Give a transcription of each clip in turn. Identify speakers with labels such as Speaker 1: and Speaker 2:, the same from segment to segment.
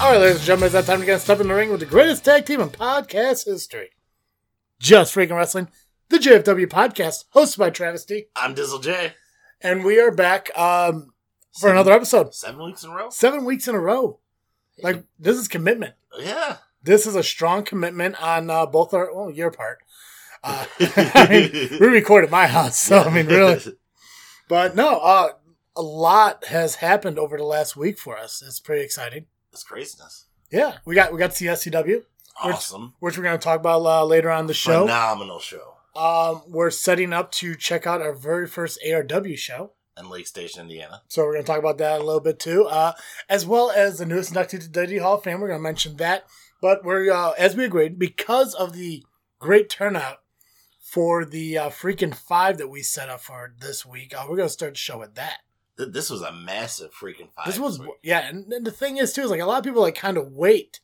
Speaker 1: right, ladies and gentlemen, it's that time to get stuck in the ring with the greatest tag team in podcast history. Just Freaking Wrestling, the JFW podcast, hosted by Travesty.
Speaker 2: I'm Dizzle J.
Speaker 1: And we are back um, for another episode.
Speaker 2: Seven weeks in a row.
Speaker 1: Seven weeks in a row. Like, this is commitment.
Speaker 2: Yeah.
Speaker 1: This is a strong commitment on uh, both our, well, your part. Uh, I mean, we recorded my house, so I mean, really. But no, uh, a lot has happened over the last week for us. It's pretty exciting.
Speaker 2: It's craziness.
Speaker 1: Yeah, we got we got CSCW,
Speaker 2: Awesome.
Speaker 1: which we're going to talk about uh, later on in the show.
Speaker 2: Phenomenal show.
Speaker 1: Um, we're setting up to check out our very first ARW show.
Speaker 2: In Lake Station, Indiana.
Speaker 1: So we're going to talk about that a little bit too, uh, as well as the newest inductee to the Hall of Fame. We're going to mention that, but we're uh, as we agreed because of the great turnout for the uh, freaking five that we set up for this week. Uh, we're going to start the show with that.
Speaker 2: Th- This was a massive freaking fight.
Speaker 1: This was
Speaker 2: week.
Speaker 1: yeah, and, and the thing is too is like a lot of people like kind of wait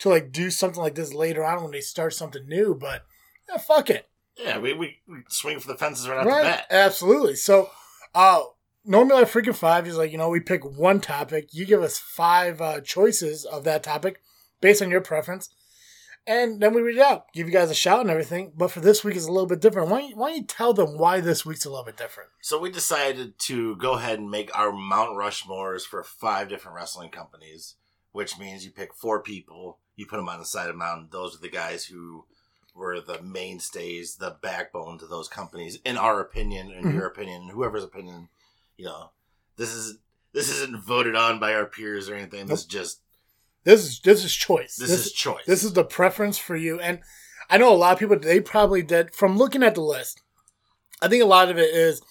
Speaker 1: to like do something like this later on when they start something new, but yeah, fuck it.
Speaker 2: Yeah, we, we, we swing for the fences right off the
Speaker 1: Right,
Speaker 2: bat.
Speaker 1: absolutely. So, uh, normally at freaking five is like you know we pick one topic. You give us five uh, choices of that topic based on your preference, and then we read it out, give you guys a shout and everything. But for this week is a little bit different. Why don't you, why don't you tell them why this week's a little bit different?
Speaker 2: So we decided to go ahead and make our Mount Rushmores for five different wrestling companies, which means you pick four people, you put them on the side of the mountain. Those are the guys who were the mainstays, the backbone to those companies, in our opinion, in
Speaker 1: Mhm.
Speaker 2: your opinion, whoever's opinion. You know, this is this isn't voted on by our peers or anything. This is just
Speaker 1: This is this is choice.
Speaker 2: this, is choice.
Speaker 1: this is the preference for you and i know a lot of people they probably did from looking at the list i think a lot of it is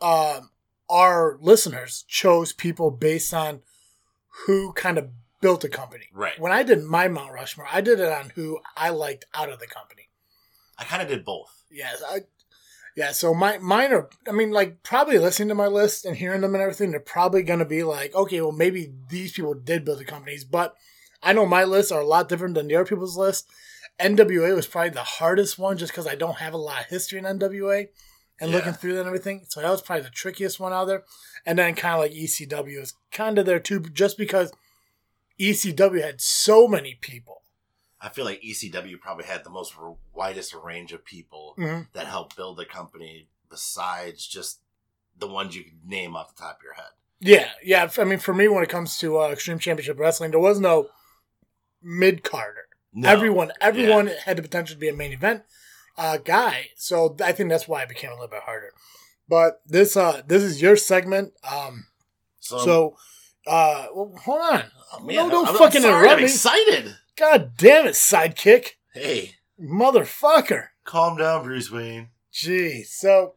Speaker 1: um, our listeners chose people based on who kind of built the company
Speaker 2: right.
Speaker 1: when i did my mount rushmore i did it on who i liked out of the company
Speaker 2: I kind of did both.
Speaker 1: yes i yeah so my mine are i mean like probably listening to my list and hearing them and everything they're probably going to be like okay well maybe these people did build the companies but i know my lists are a lot different than the other people's lists nwa was probably the hardest one just because i don't have a lot of history in nwa and
Speaker 2: Yeah.
Speaker 1: looking through that and everything so that was probably the trickiest one out there and then kind of like ecw is kind of there too just because ecw had so many people
Speaker 2: I feel like ECW probably had the most r- widest range of people
Speaker 1: Mhm.
Speaker 2: that helped build the company besides just the ones you could name off the top of your head.
Speaker 1: Yeah, yeah. f- I mean, for me, when it comes to uh, Extreme Championship Wrestling, there was no mid Carter.
Speaker 2: No.
Speaker 1: Everyone, everyone had the potential to be a main event uh, guy. So th- I think that's why it became a little bit harder. But this, uh, this is your segment. Um,
Speaker 2: So,
Speaker 1: so, uh, well, hold on.
Speaker 2: oh, man,
Speaker 1: no, don't
Speaker 2: I'm- I'm
Speaker 1: fucking
Speaker 2: sorry,
Speaker 1: interrupt
Speaker 2: I'm
Speaker 1: me.
Speaker 2: excited.
Speaker 1: God damn it, sidekick,
Speaker 2: Hey,
Speaker 1: motherfucker.
Speaker 2: calm down, Bruce Wayne.
Speaker 1: Gee. So,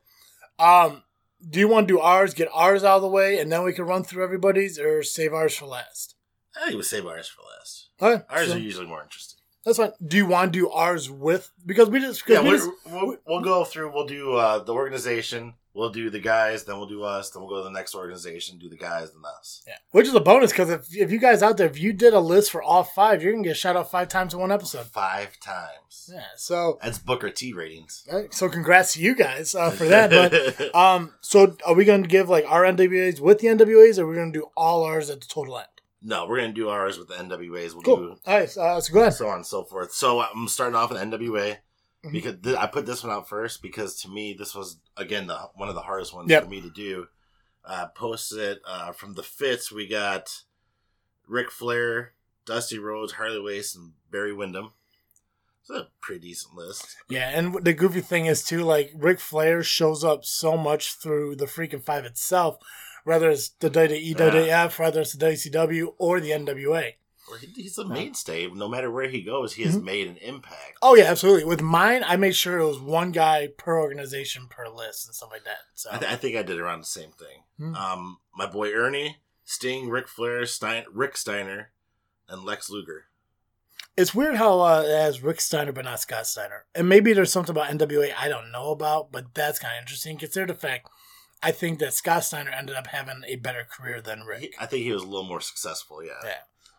Speaker 1: um, do you want to do ours? Get ours out of the way, and then we can run through everybody's, or save ours for last.
Speaker 2: I think we save ours for last.
Speaker 1: Okay,
Speaker 2: Ours
Speaker 1: so-
Speaker 2: are usually more interesting.
Speaker 1: That's fine. Do you want to do ours with? Because we just.
Speaker 2: Yeah,
Speaker 1: we
Speaker 2: we're,
Speaker 1: just
Speaker 2: we'll, we'll go through. We'll do uh, the organization. We'll do the guys. Then we'll do us. Then we'll go to the next organization. Do the guys. Then us.
Speaker 1: yeah. Which is a bonus because if, if you guys out there, if you did a list for all five, you're going to get shout out five times in one episode.
Speaker 2: Five times.
Speaker 1: Yeah. So
Speaker 2: That's Booker T ratings.
Speaker 1: uh, so congrats to you guys uh, for that. But um, so are we going to give like our NWAs with the NWAs or are we going to do all ours at the total end?
Speaker 2: No, we're gonna do ours with the NWAs. We'll
Speaker 1: Cool. All right. Uh, so go
Speaker 2: do
Speaker 1: ahead.
Speaker 2: so on and so forth. So uh, I'm starting off with NWA
Speaker 1: Mhm.
Speaker 2: because th- I put this one out first because to me this was again the one of the hardest ones
Speaker 1: Yep.
Speaker 2: for me to do. Uh, posted it uh, from the Fits. We got Ric Flair, Dusty Rhodes, Harley Wace, and Barry Windham. It's a pretty decent list.
Speaker 1: Yeah. And the goofy thing is too, like Ric Flair shows up so much through the freaking five itself, whether it's the WWE, WWF, whether it's the WCW or the NWA.
Speaker 2: Well, he- He's a mainstay. No matter where he goes, he
Speaker 1: Mm-hmm.
Speaker 2: has made an impact.
Speaker 1: Oh yeah, absolutely. With mine, I made sure it was one guy per organization per list and stuff like that. So
Speaker 2: I, th- I think I did around the same thing.
Speaker 1: Hmm.
Speaker 2: Um, my boy Ernie, Sting, Ric Flair, Stein, Rick Steiner, and Lex Luger.
Speaker 1: it's weird how uh, it has Rick Steiner but not Scott Steiner, and maybe there's something about NWA I don't know about, but that's kind of interesting. Consider the fact, I think that Scott Steiner ended up having a better career than
Speaker 2: He-
Speaker 1: Rick.
Speaker 2: I think he was a little more successful. Yeah.
Speaker 1: Yeah.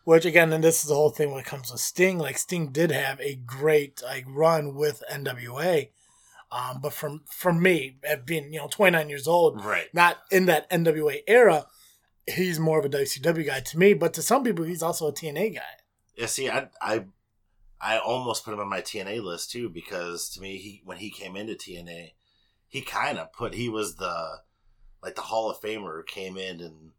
Speaker 1: Which again, and this is the whole thing when it comes to Sting. Like Sting did have a great like run with NWA, um, but from for me, at being you know 29 years old,
Speaker 2: Right.
Speaker 1: not in that NWA era, he's more of a WCW guy to me. But to some people, he's also a TNA guy.
Speaker 2: Yeah, see, I, I, I almost put him on my TNA list too because to me, he when he came into TNA, he kind of put he was the like the Hall of Famer who came in and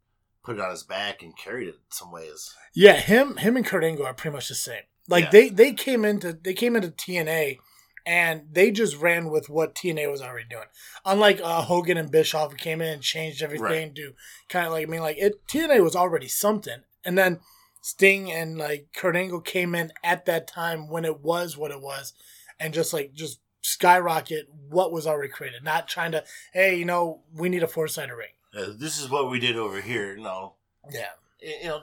Speaker 2: put it on his back and carried it in some ways.
Speaker 1: Yeah, him him and Kurt Angle are pretty much the same. Like
Speaker 2: Yeah.
Speaker 1: they they came into they came into TNA and they just ran with what TNA was already doing. Unlike uh, Hogan and Bischoff who came in and changed everything
Speaker 2: Right.
Speaker 1: to kind of like I mean like it TNA was already something. And then Sting and like Kurt Angle came in at that time when it was what it was and just like just skyrocket what was already created, not trying to hey, you know, we need a four-sided ring.
Speaker 2: Uh, this is what we did over here. No,
Speaker 1: Yeah.
Speaker 2: Y- you know,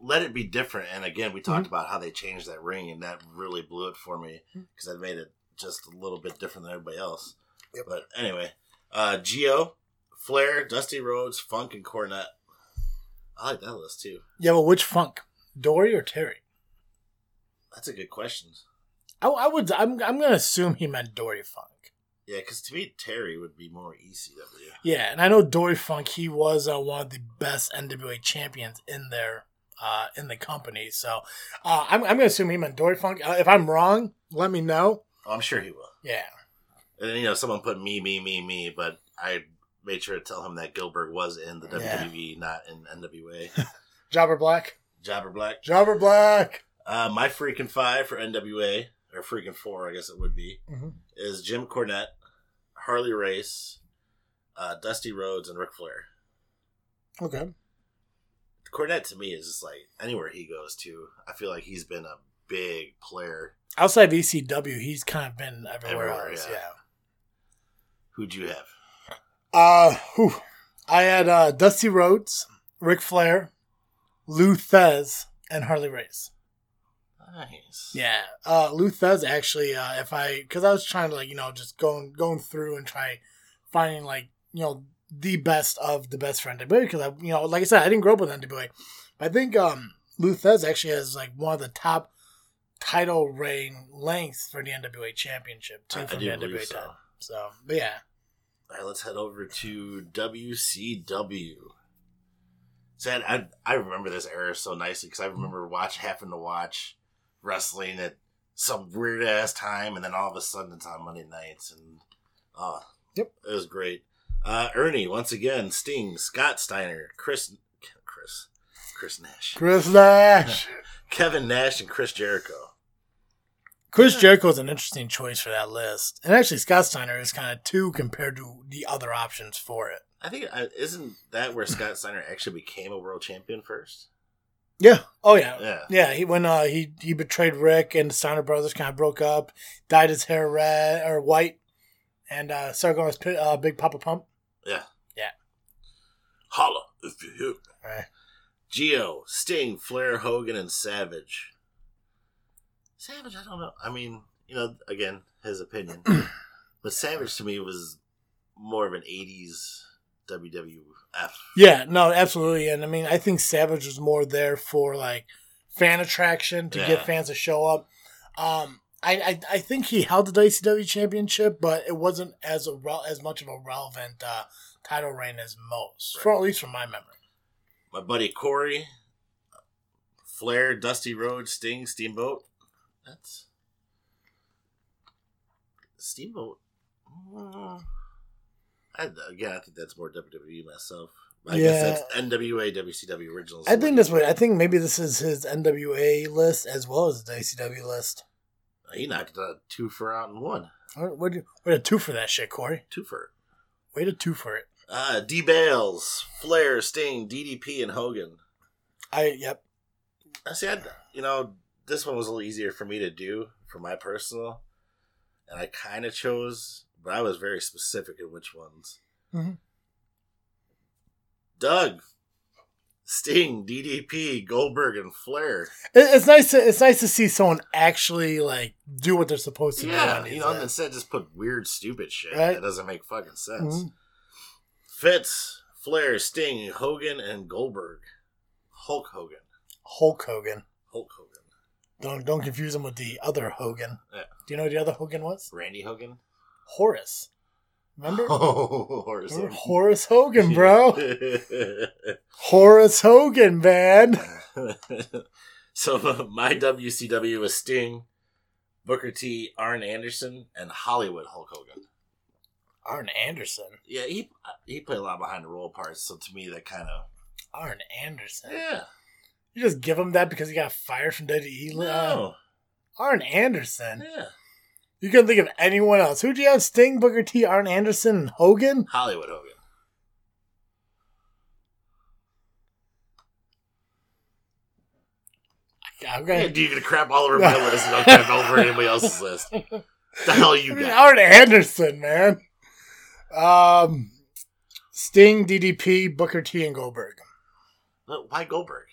Speaker 2: let it be different. And again, we talked about how they changed that ring, and that really blew it for me because I made it just a little bit different than everybody else.
Speaker 1: Yep.
Speaker 2: But anyway, uh, Geo, Flair, Dusty Rhodes, Funk, and Cornette. I like that list too.
Speaker 1: Yeah, but which funk? Dory or Terry?
Speaker 2: That's a good question.
Speaker 1: I, I would. I'm. I'm gonna assume he meant Dory Funk.
Speaker 2: Yeah, because to me, Terry would be more ECW.
Speaker 1: Yeah, and I know Dory Funk. He was uh, one of the best NWA champions in their uh, in the company. So uh, I'm. I'm gonna assume he meant Dory Funk. Uh, if I'm wrong, let me know.
Speaker 2: Oh, I'm sure he will.
Speaker 1: Yeah.
Speaker 2: And then, you know, someone put me, me, me, me, but I made sure to tell him that Gilbert was in the
Speaker 1: Yeah.
Speaker 2: WWE, not in NWA.
Speaker 1: Jobber Black.
Speaker 2: Jobber Black.
Speaker 1: Jobber Black.
Speaker 2: Uh, my freaking five for NWA, or freaking four, I guess it would be,
Speaker 1: Mhm.
Speaker 2: is Jim Cornette, Harley Race, uh, Dusty Rhodes, and Ric Flair.
Speaker 1: Okay.
Speaker 2: Cornette to me is just like anywhere he goes to, I feel like he's been a big player.
Speaker 1: Outside of ECW, he's kind of been everywhere,
Speaker 2: Everywhere,
Speaker 1: else.
Speaker 2: yeah.
Speaker 1: yeah.
Speaker 2: Who'd you have?
Speaker 1: Uh, whew. I had uh, Dusty Rhodes, Ric Flair, Lou Thez, and Harley Race.
Speaker 2: Nice.
Speaker 1: Yeah, uh, Lou Thez actually. Uh, if I, because I was trying to like you know just going going through and try finding like you know the best of the best for NWA because I you know like I said I didn't grow up with NWA. I think um, Lou Thez actually has like one of the top title reign lengths for the NWA championship
Speaker 2: I- I
Speaker 1: too from
Speaker 2: do
Speaker 1: the
Speaker 2: believe
Speaker 1: NWA
Speaker 2: so.
Speaker 1: time. So but yeah,
Speaker 2: All right, let's head over to WCW. Sad, I I remember this era so nicely because I remember watch having to watch wrestling at some weird ass time, and then all of a sudden it's on Monday nights, and oh,
Speaker 1: Yep.
Speaker 2: it was great. Uh, Ernie once again, Sting, Scott Steiner, Chris, Chris, Chris Nash,
Speaker 1: Chris Nash,
Speaker 2: Kevin Nash, and Chris Jericho.
Speaker 1: Chris Jericho is an interesting choice for that list, and actually Scott Steiner is kind of two compared to the other options for it.
Speaker 2: I think uh, isn't that where Scott Steiner actually became a world champion first?
Speaker 1: Yeah. Oh yeah.
Speaker 2: Yeah.
Speaker 1: Yeah, he when uh, he he betrayed Rick and the Steiner brothers kind of broke up, dyed his hair red or white, and uh, started going as P- uh, Big Papa Pump.
Speaker 2: Yeah.
Speaker 1: Yeah.
Speaker 2: Holla if you hear.
Speaker 1: Right.
Speaker 2: Geo, Sting, Flair, Hogan, and Savage. Savage, I don't know. I mean, you know, again, his opinion. but Savage to me was more of an 80s WWF.
Speaker 1: Yeah, no, absolutely, and I mean I think Savage was more there for like fan attraction to
Speaker 2: Yeah.
Speaker 1: get fans to show up. Um, I, I I think he held the WCW championship, but it wasn't as a rel- as much of a relevant uh, title reign as most, for at least from my memory.
Speaker 2: My buddy Corey, Flair, Dusty Rhodes, Sting, Steamboat. That's. Steamboat. Mm. I, again, I think that's more WWE myself. I guess that's NWA, WCW originals.
Speaker 1: I think that's what I think. Maybe this is his NWA list as well as the WCW list.
Speaker 2: He knocked a two for out in one.
Speaker 1: What what do- what a two for that shit, Corey.
Speaker 2: Two for.
Speaker 1: Wait a two for it.
Speaker 2: Uh, D Bales, Flair, Sting, DDP, and Hogan.
Speaker 1: I yep.
Speaker 2: I see. I you know this one was a little easier for me to do for my personal, and I kind of chose, but I was very specific in which ones.
Speaker 1: Mhm.
Speaker 2: Doug, Sting, DDP, Goldberg, and Flair.
Speaker 1: It, it's nice. To, it's nice to see someone actually like do what they're supposed to
Speaker 2: Yeah,
Speaker 1: do. on
Speaker 2: you
Speaker 1: these
Speaker 2: know, and
Speaker 1: lists.
Speaker 2: instead just put weird, stupid shit
Speaker 1: Right.
Speaker 2: that doesn't make fucking sense.
Speaker 1: Mhm.
Speaker 2: Fitz, Flair, Sting, Hogan, and Goldberg. Hulk Hogan.
Speaker 1: Hulk Hogan.
Speaker 2: Hulk Hogan.
Speaker 1: Don't don't confuse him with the other Hogan.
Speaker 2: Yeah.
Speaker 1: Do you know who the other Hogan was?
Speaker 2: Randy Hogan.
Speaker 1: Horace. Remember?
Speaker 2: Oh, Horace
Speaker 1: Remember
Speaker 2: Hogan.
Speaker 1: Horace Hogan, bro. Horace Hogan, man.
Speaker 2: So my WCW was Sting, Booker T, Arn Anderson, and Hollywood Hulk Hogan.
Speaker 1: Arn Anderson.
Speaker 2: Yeah, he he played a lot behind the role parts, so to me that kind of
Speaker 1: Arn Anderson.
Speaker 2: yeah.
Speaker 1: You just give him that because he got fired from WWE. Uh,
Speaker 2: No,
Speaker 1: Arn Anderson.
Speaker 2: yeah,
Speaker 1: You couldn't think of anyone else. Who'd you have? Sting, Booker T, Arn Anderson, and Hogan?
Speaker 2: Hollywood Hogan.
Speaker 1: I'm
Speaker 2: Yeah,
Speaker 1: gonna,
Speaker 2: do you get to crap all over my list and I'll crap all over anybody else's list? The hell
Speaker 1: I
Speaker 2: you
Speaker 1: mean,
Speaker 2: got?
Speaker 1: Arn Anderson, man. Um, Sting, DDP, Booker T, and Goldberg.
Speaker 2: Look, Why Goldberg?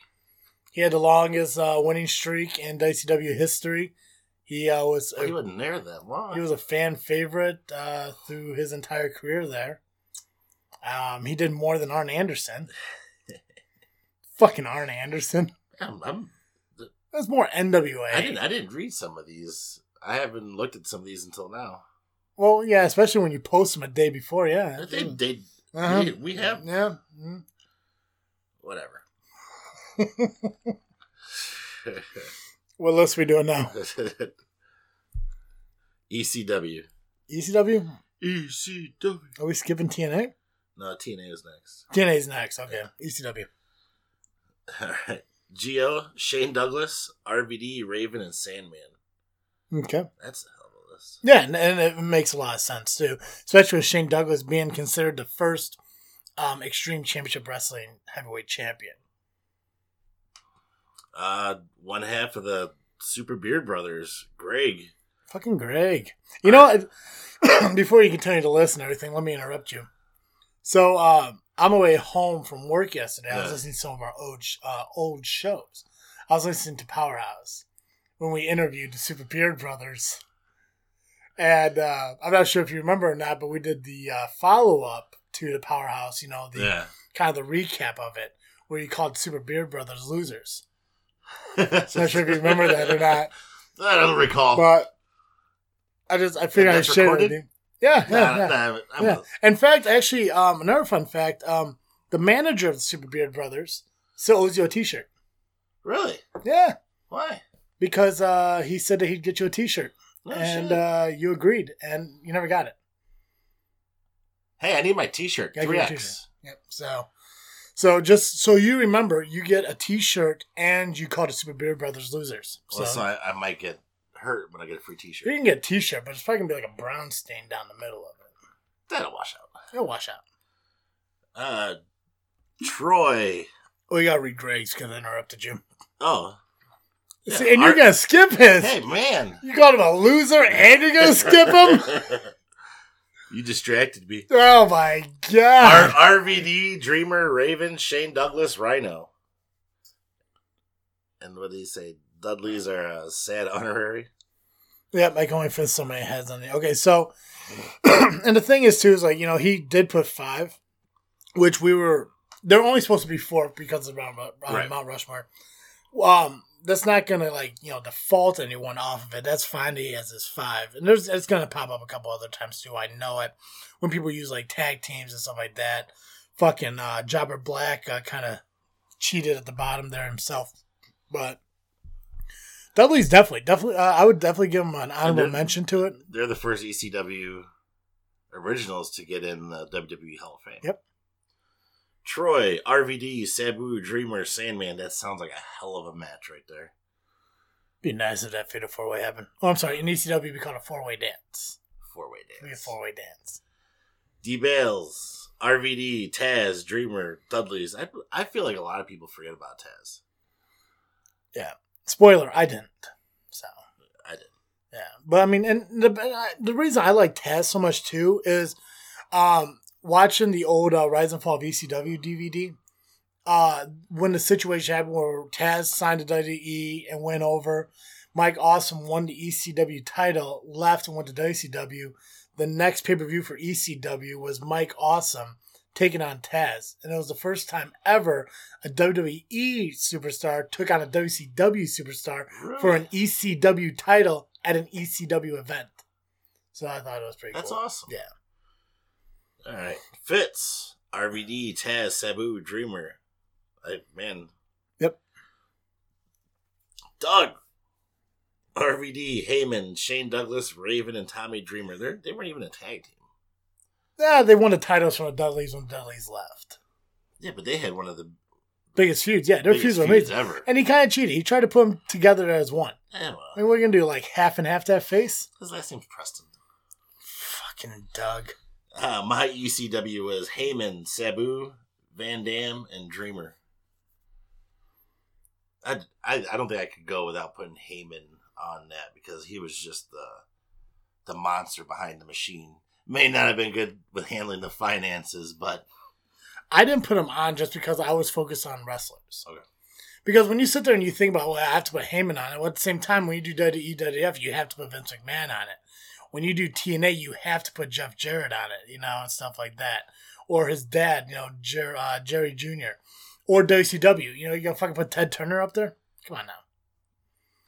Speaker 1: He had the longest uh, winning streak in WCW history. He uh, was
Speaker 2: He
Speaker 1: a,
Speaker 2: wasn't there that long.
Speaker 1: he was a fan favorite uh, through his entire career there. Um, he did more than Arn Anderson. Fucking Arn Anderson.
Speaker 2: I'm, I'm,
Speaker 1: That's more NWA.
Speaker 2: I didn't. I didn't read some of these. I haven't looked at some of these until now.
Speaker 1: Well, yeah, especially when you post them a day before. Yeah,
Speaker 2: They, they,
Speaker 1: Uh-huh.
Speaker 2: we- we have
Speaker 1: Yeah, mhm.
Speaker 2: whatever.
Speaker 1: What list we doing now?
Speaker 2: E ECW.
Speaker 1: ECW?
Speaker 2: ECW.
Speaker 1: E Are we skipping TNA?
Speaker 2: No, TNA is next.
Speaker 1: TNA's next. Okay. E ECW.
Speaker 2: All right. Geo, Shane Douglas, RVD, Raven, and Sandman.
Speaker 1: Okay.
Speaker 2: That's a hell of a list.
Speaker 1: Yeah, and, and it makes a lot of sense too, especially with Shane Douglas being considered the first um, Extreme Championship Wrestling heavyweight champion.
Speaker 2: Uh, one half of the Super Beard Brothers, Greg.
Speaker 1: Fucking Greg. You know, what? before you continue to listen and everything, let me interrupt you. So, uh, on my way home from work yesterday, I was
Speaker 2: Yeah.
Speaker 1: listening to some of our old, sh- uh, old shows. I was listening to Powerhouse when we interviewed the Super Beard Brothers. And uh, I'm not sure if you remember or not, but we did the uh, follow up to the Powerhouse, you know, the
Speaker 2: Yeah.
Speaker 1: kind of the recap of it, where you called Super Beard Brothers losers. I'm not sure if you remember that or not.
Speaker 2: I don't recall.
Speaker 1: But I just I figured I
Speaker 2: Oh. that's
Speaker 1: should share it with
Speaker 2: recorded?
Speaker 1: you. Yeah,
Speaker 2: Nah,
Speaker 1: yeah, yeah.
Speaker 2: nah, I'm-
Speaker 1: yeah. In fact, actually, um, another fun fact: um, the manager of the Super Beard Brothers still owes you a T-shirt.
Speaker 2: Really?
Speaker 1: Yeah,
Speaker 2: Why?
Speaker 1: because uh, he said that he'd get you a T-shirt,
Speaker 2: No
Speaker 1: and
Speaker 2: shit.
Speaker 1: uh, you agreed, and you never got it.
Speaker 2: hey, I need my T-shirt.
Speaker 1: I
Speaker 2: Three
Speaker 1: get a
Speaker 2: X.
Speaker 1: T-shirt. Yep. So, so just so you remember, you get a T-shirt, and you called the Super Beard Brothers losers. So,
Speaker 2: Well, so I, I might get hurt when I get a free
Speaker 1: you
Speaker 2: T-shirt.
Speaker 1: can get a T-shirt, but it's probably gonna be like a brown stain down the middle of it.
Speaker 2: That'll wash out.
Speaker 1: It'll wash out.
Speaker 2: Uh, Troy.
Speaker 1: Oh, you gotta read Greg's because I interrupted you.
Speaker 2: Oh, Yeah,
Speaker 1: See, and you're
Speaker 2: Art-
Speaker 1: gonna skip his.
Speaker 2: hey man.
Speaker 1: You called him a loser, and you're gonna skip him.
Speaker 2: you distracted me.
Speaker 1: Oh my god!
Speaker 2: R- RVD, Dreamer, Raven, Shane Douglas, Rhino. And what did he say? Dudley's are a sad honorary.
Speaker 1: yep, I can only fit so many heads on it. Okay, so and the thing is too is like you know he did put five, which we were they're only supposed to be four because of Mount, Ru- uh,
Speaker 2: Right.
Speaker 1: Mount Rushmore. Um, that's not gonna like you know default anyone off of it. That's fine. that He has his five, and there's it's gonna pop up a couple other times too. I know it when people use like tag teams and stuff like that. Fucking uh, Jobber Black uh, kind of cheated at the bottom there himself, but. Dudley's definitely, definitely. Uh, I would definitely give him an honorable
Speaker 2: then-
Speaker 1: mention to it.
Speaker 2: They're the first ECW originals to get in the WWE Hall of Fame.
Speaker 1: Yep.
Speaker 2: Troy, RVD, Sabu, Dreamer, Sandman. That sounds like a hell of a match right there.
Speaker 1: Be nice if that fatal four way happened. Oh, I'm sorry. In ECW, we call it a four way dance.
Speaker 2: Four way
Speaker 1: It'd be a
Speaker 2: dance.
Speaker 1: four way dance.
Speaker 2: D Bales, RVD, Taz, Dreamer, Dudley's. I, I feel like a lot of people forget about Taz.
Speaker 1: Spoiler: I didn't. So
Speaker 2: I did.
Speaker 1: yeah, but I mean, and the and I- the reason I like Taz so much too is, um, watching the old uh, Rise and Fall of ECW DVD. Uh, when the situation happened where Taz signed to WWE and went over, Mike Awesome won the ECW title, left and went to WCW. The next pay per view for ECW was Mike Awesome taking on Taz, and it was the first time ever a WWE superstar took on a WCW superstar for an ECW title at an ECW event. So I thought it was pretty
Speaker 2: That's
Speaker 1: cool.
Speaker 2: awesome.
Speaker 1: Yeah.
Speaker 2: All right. Fitz, RVD, Taz, Sabu, Dreamer. I, man.
Speaker 1: Yep.
Speaker 2: Doug, RVD, Heyman, Shane Douglas, Raven, and Tommy Dreamer. They're, they weren't even a tag team.
Speaker 1: Yeah, they won the titles from the Dudleys when Dudley's left.
Speaker 2: Yeah, but they had one of the
Speaker 1: Biggest feuds, yeah, their feuds
Speaker 2: biggest
Speaker 1: were
Speaker 2: feuds
Speaker 1: amazing.
Speaker 2: ever.
Speaker 1: And he kind of cheated. He tried to put them together as one. I
Speaker 2: Yeah, well,
Speaker 1: mean, what are you gonna do? Like half and half that face?
Speaker 2: his last name's Preston.
Speaker 1: Fucking Doug.
Speaker 2: Uh, my ECW was Heyman, Sabu, Van Dam, and Dreamer. I, I, I don't think I could go without putting Heyman on that because he was just the the monster behind the machine. May not have been good with handling the finances, but
Speaker 1: I didn't put him on just because I was focused on wrestlers.
Speaker 2: Okay.
Speaker 1: Because when you sit there and you think about, well, I have to put Heyman on it. Well, at the same time, when you do WWE, WWF, you have to put Vince McMahon on it. When you do TNA, you have to put Jeff Jarrett on it, you know, and stuff like that. Or his dad, you know, Jer- uh, Jerry Jr. Or WCW. You know, you gonna fucking put Ted Turner up there? Come on now.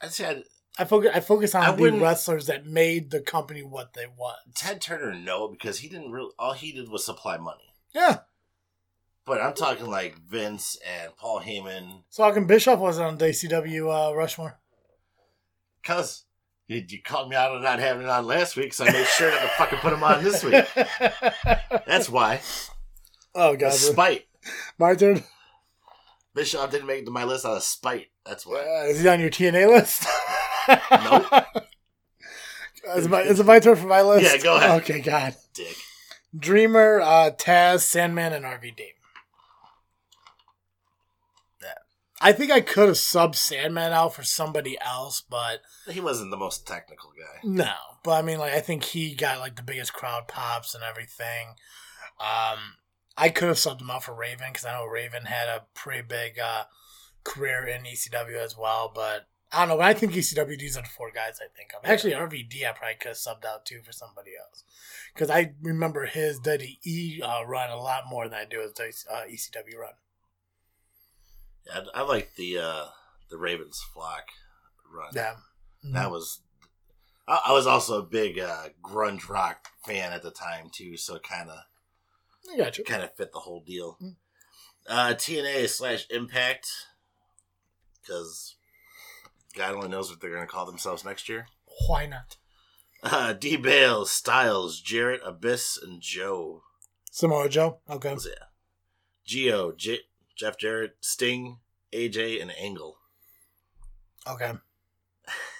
Speaker 2: I said
Speaker 1: I focus. I focus on
Speaker 2: I
Speaker 1: the
Speaker 2: wouldn't-
Speaker 1: wrestlers that made the company what they was.
Speaker 2: Ted Turner no because he didn't really all he did was supply money.
Speaker 1: Yeah.
Speaker 2: But I'm talking like Vince and Paul Heyman
Speaker 1: So Hawk and Bischoff wasn't on WCW uh, Rushmore.
Speaker 2: Cuz you, you called me out on not having it on last week, so I made sure not to fucking put him on this week. That's why.
Speaker 1: oh
Speaker 2: The
Speaker 1: god,
Speaker 2: spite.
Speaker 1: my turn.
Speaker 2: Bischoff didn't make it to my list out of spite. That's why.
Speaker 1: Uh, is he on your TNA list?
Speaker 2: Nope.
Speaker 1: is, it my, is it my turn for my list?
Speaker 2: Yeah, go ahead.
Speaker 1: Okay, God.
Speaker 2: Dick.
Speaker 1: Dreamer, uh, Taz, Sandman, and RVD. I think I could have subbed Sandman out for somebody else, but
Speaker 2: He wasn't the most technical guy.
Speaker 1: No, but I mean, like, I think he got like the biggest crowd pops and everything. Um, I could have subbed him out for Raven because I know Raven had a pretty big uh, career in ECW as well. But I don't know. When I think E ECW, these are the four guys I think of. Actually, RVD, I probably could have subbed out too for somebody else because I remember his WWE uh, run a lot more than I do his uh, ECW run.
Speaker 2: Yeah, I, I like the uh, the Ravens flock run.
Speaker 1: Yeah.
Speaker 2: That was. I, I was also a big uh, grunge rock fan at the time too, so kind of
Speaker 1: I got you.
Speaker 2: kind of fit the whole deal.
Speaker 1: Mm.
Speaker 2: Uh, TNA slash Impact, because God only knows what they're going to call themselves next year.
Speaker 1: Why not?
Speaker 2: Uh, D. Bale, Styles, Jarrett, Abyss, and Joe.
Speaker 1: Samoa Joe. Okay.
Speaker 2: was it? Geo, J- Jeff Jarrett, Sting, AJ, and Angle.
Speaker 1: Okay.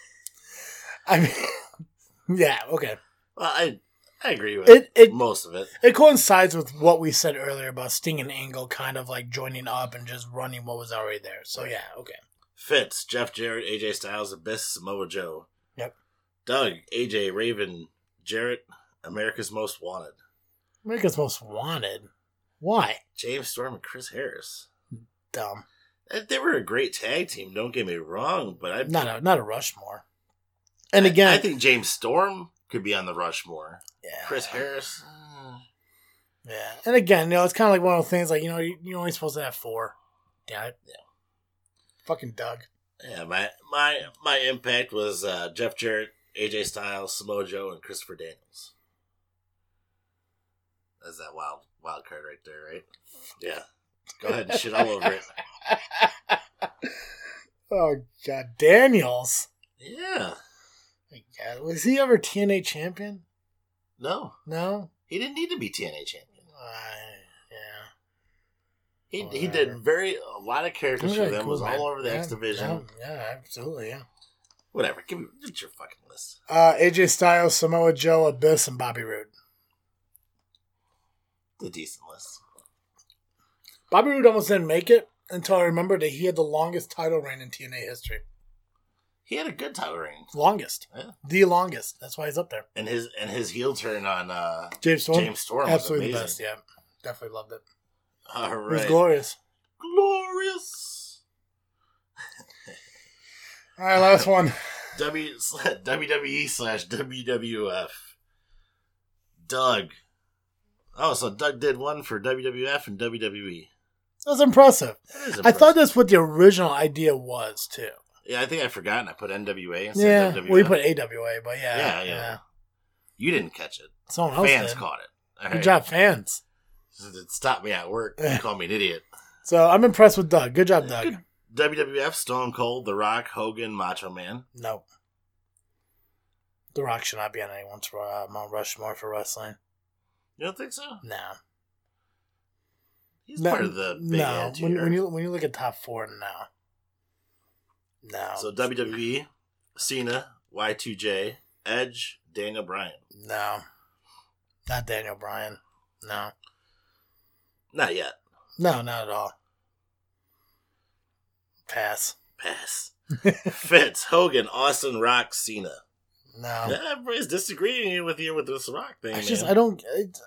Speaker 1: I mean, yeah, okay.
Speaker 2: Well, I I agree with
Speaker 1: It it
Speaker 2: most of it.
Speaker 1: it coincides with what we said earlier about Sting and Angle kind of like joining up and just running what was already there. So yeah, okay.
Speaker 2: Fitz, Jeff Jarrett, AJ Styles, Abyss, Samoa Joe.
Speaker 1: Yep.
Speaker 2: Doug, AJ, Raven, Jarrett, America's Most Wanted.
Speaker 1: America's Most Wanted. Why?
Speaker 2: James Storm and Chris Harris.
Speaker 1: Dumb.
Speaker 2: Uh, They were a great tag team. Don't get me wrong, but I
Speaker 1: Not a not a Rushmore. And again,
Speaker 2: I, think James Storm could be on the Rushmore.
Speaker 1: yeah,
Speaker 2: Chris Harris. uh,
Speaker 1: Yeah. And again, you know, it's kind of like one of those things like you know you- you're only supposed to have four. Damn it. Yeah. Fucking Doug.
Speaker 2: Yeah, my my my impact was uh, Jeff Jarrett, AJ Styles, Samoa Joe, and Christopher Daniels. That's that wild wild card right there, right? Yeah. Go ahead and shit all over it.
Speaker 1: Oh God, Daniels.
Speaker 2: Yeah.
Speaker 1: Yeah, was he ever TNA champion?
Speaker 2: No,
Speaker 1: No.
Speaker 2: he didn't need to be TNA champion.
Speaker 1: I- yeah.
Speaker 2: He he did very a lot of characters for
Speaker 1: Okay,
Speaker 2: them.
Speaker 1: cool,
Speaker 2: was
Speaker 1: man.
Speaker 2: all over the
Speaker 1: Yeah,
Speaker 2: X division.
Speaker 1: Yeah, yeah, absolutely. Yeah.
Speaker 2: Whatever. Give me it's your fucking list.
Speaker 1: Uh, AJ Styles, Samoa Joe, Abyss, and Bobby Roode.
Speaker 2: The decent list.
Speaker 1: Bobby Roode almost didn't make it until I remembered that he had the longest title reign in TNA history.
Speaker 2: He had a good title reign.
Speaker 1: Longest.
Speaker 2: Yeah.
Speaker 1: The longest. That's why he's up there.
Speaker 2: And his and his heel turn on uh,
Speaker 1: James Storm.
Speaker 2: James Storm
Speaker 1: absolutely
Speaker 2: was
Speaker 1: the
Speaker 2: amazing.
Speaker 1: best. Yeah. Definitely loved it.
Speaker 2: All
Speaker 1: It was
Speaker 2: right.
Speaker 1: glorious.
Speaker 2: glorious.
Speaker 1: All right, last one.
Speaker 2: W WWE slash WWF. Doug. Oh, so Doug did one for WWF and WWE.
Speaker 1: That was impressive.
Speaker 2: That is
Speaker 1: I thought
Speaker 2: impressive.
Speaker 1: that's what the original idea was, too.
Speaker 2: Yeah, I think I forgot and I put NWA instead
Speaker 1: Yeah.
Speaker 2: of WWF.
Speaker 1: We put AWA, but yeah.
Speaker 2: Yeah, yeah. you didn't catch it.
Speaker 1: Someone else
Speaker 2: Fans
Speaker 1: did.
Speaker 2: caught it. All
Speaker 1: Good
Speaker 2: right.
Speaker 1: job, fans.
Speaker 2: Stop me at work. You call me an idiot.
Speaker 1: So I'm impressed with Doug. Good job, Doug.
Speaker 2: Good. WWF, Stone Cold, The Rock, Hogan, Macho Man.
Speaker 1: No. The Rock should not be on anyone's uh, Mount Rushmore for wrestling.
Speaker 2: You don't think so?
Speaker 1: No.
Speaker 2: He's
Speaker 1: No,
Speaker 2: part of the big
Speaker 1: no.
Speaker 2: end
Speaker 1: When,
Speaker 2: here.
Speaker 1: when you when you look at top four, no. No.
Speaker 2: So WWE, Cena, Y2J, Edge, Daniel Bryan.
Speaker 1: No. Not Daniel Bryan. No.
Speaker 2: Not yet.
Speaker 1: No, not at all. Pass.
Speaker 2: Pass. Fitz, Hogan, Austin, Rock, Cena.
Speaker 1: No.
Speaker 2: Yeah, Everybody's disagreeing with you with this Rock thing.
Speaker 1: I just
Speaker 2: man.
Speaker 1: I don't it,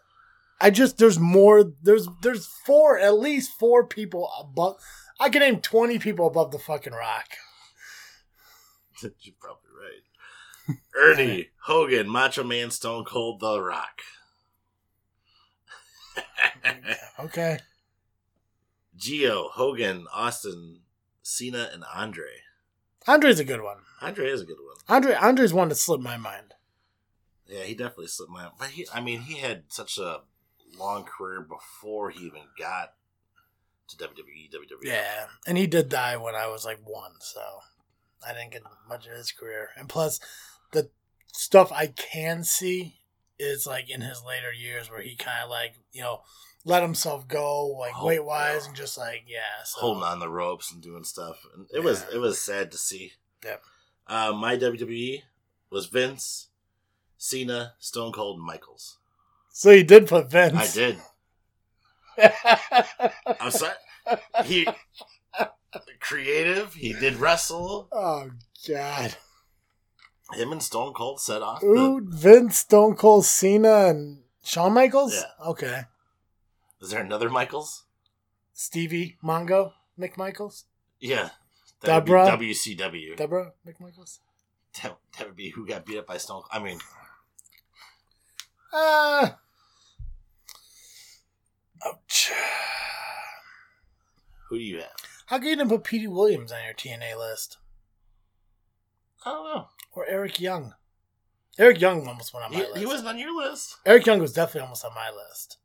Speaker 1: I just there's more there's there's four at least four people above I can name 20 people above the fucking rock.
Speaker 2: You're probably right. Ernie, Hogan, Macho Man, Stone Cold, The Rock.
Speaker 1: Okay.
Speaker 2: Geo, Hogan, Austin, Cena, and Andre.
Speaker 1: Andre's a good one.
Speaker 2: Andre is a good one.
Speaker 1: Andre Andre's one that slipped my mind.
Speaker 2: Yeah, he definitely slipped my. But he, I mean, he had such a long career before he even got to E, WWE. WWE.
Speaker 1: Yeah, and he did die when I was like one, so I didn't get much of his career. And plus, the stuff I can see is like in his later years where he kind of like you know let himself go like
Speaker 2: Oh,
Speaker 1: weight wise
Speaker 2: yeah.
Speaker 1: and just like yeah, so
Speaker 2: holding on the ropes and doing stuff. And it was
Speaker 1: Yeah.
Speaker 2: it was sad to see.
Speaker 1: Yep.
Speaker 2: Uh, my WWE was Vince, Cena, Stone Cold, and Michaels.
Speaker 1: So he did put Vince.
Speaker 2: I did. I'm sorry. He creative. He did wrestle.
Speaker 1: oh God!
Speaker 2: Him and Stone Cold set off. The,
Speaker 1: Ooh, Vince, Stone Cold, Cena, and Shawn Michaels.
Speaker 2: Yeah.
Speaker 1: Okay,
Speaker 2: is there another Michaels?
Speaker 1: Stevie Mongo, McMichaels,
Speaker 2: Yeah. That
Speaker 1: Debra?
Speaker 2: would be WCW.
Speaker 1: Deborah McMichaels.
Speaker 2: that, that would be who got beat up by Stone. I mean,
Speaker 1: Uh, ouch.
Speaker 2: who do you have?
Speaker 1: How can you didn't put Petey Williams on your TNA list?
Speaker 2: I don't know.
Speaker 1: Or Eric Young? Eric Young almost went on my list.
Speaker 2: He, he wasn't on your list.
Speaker 1: Eric Young was definitely almost on my list.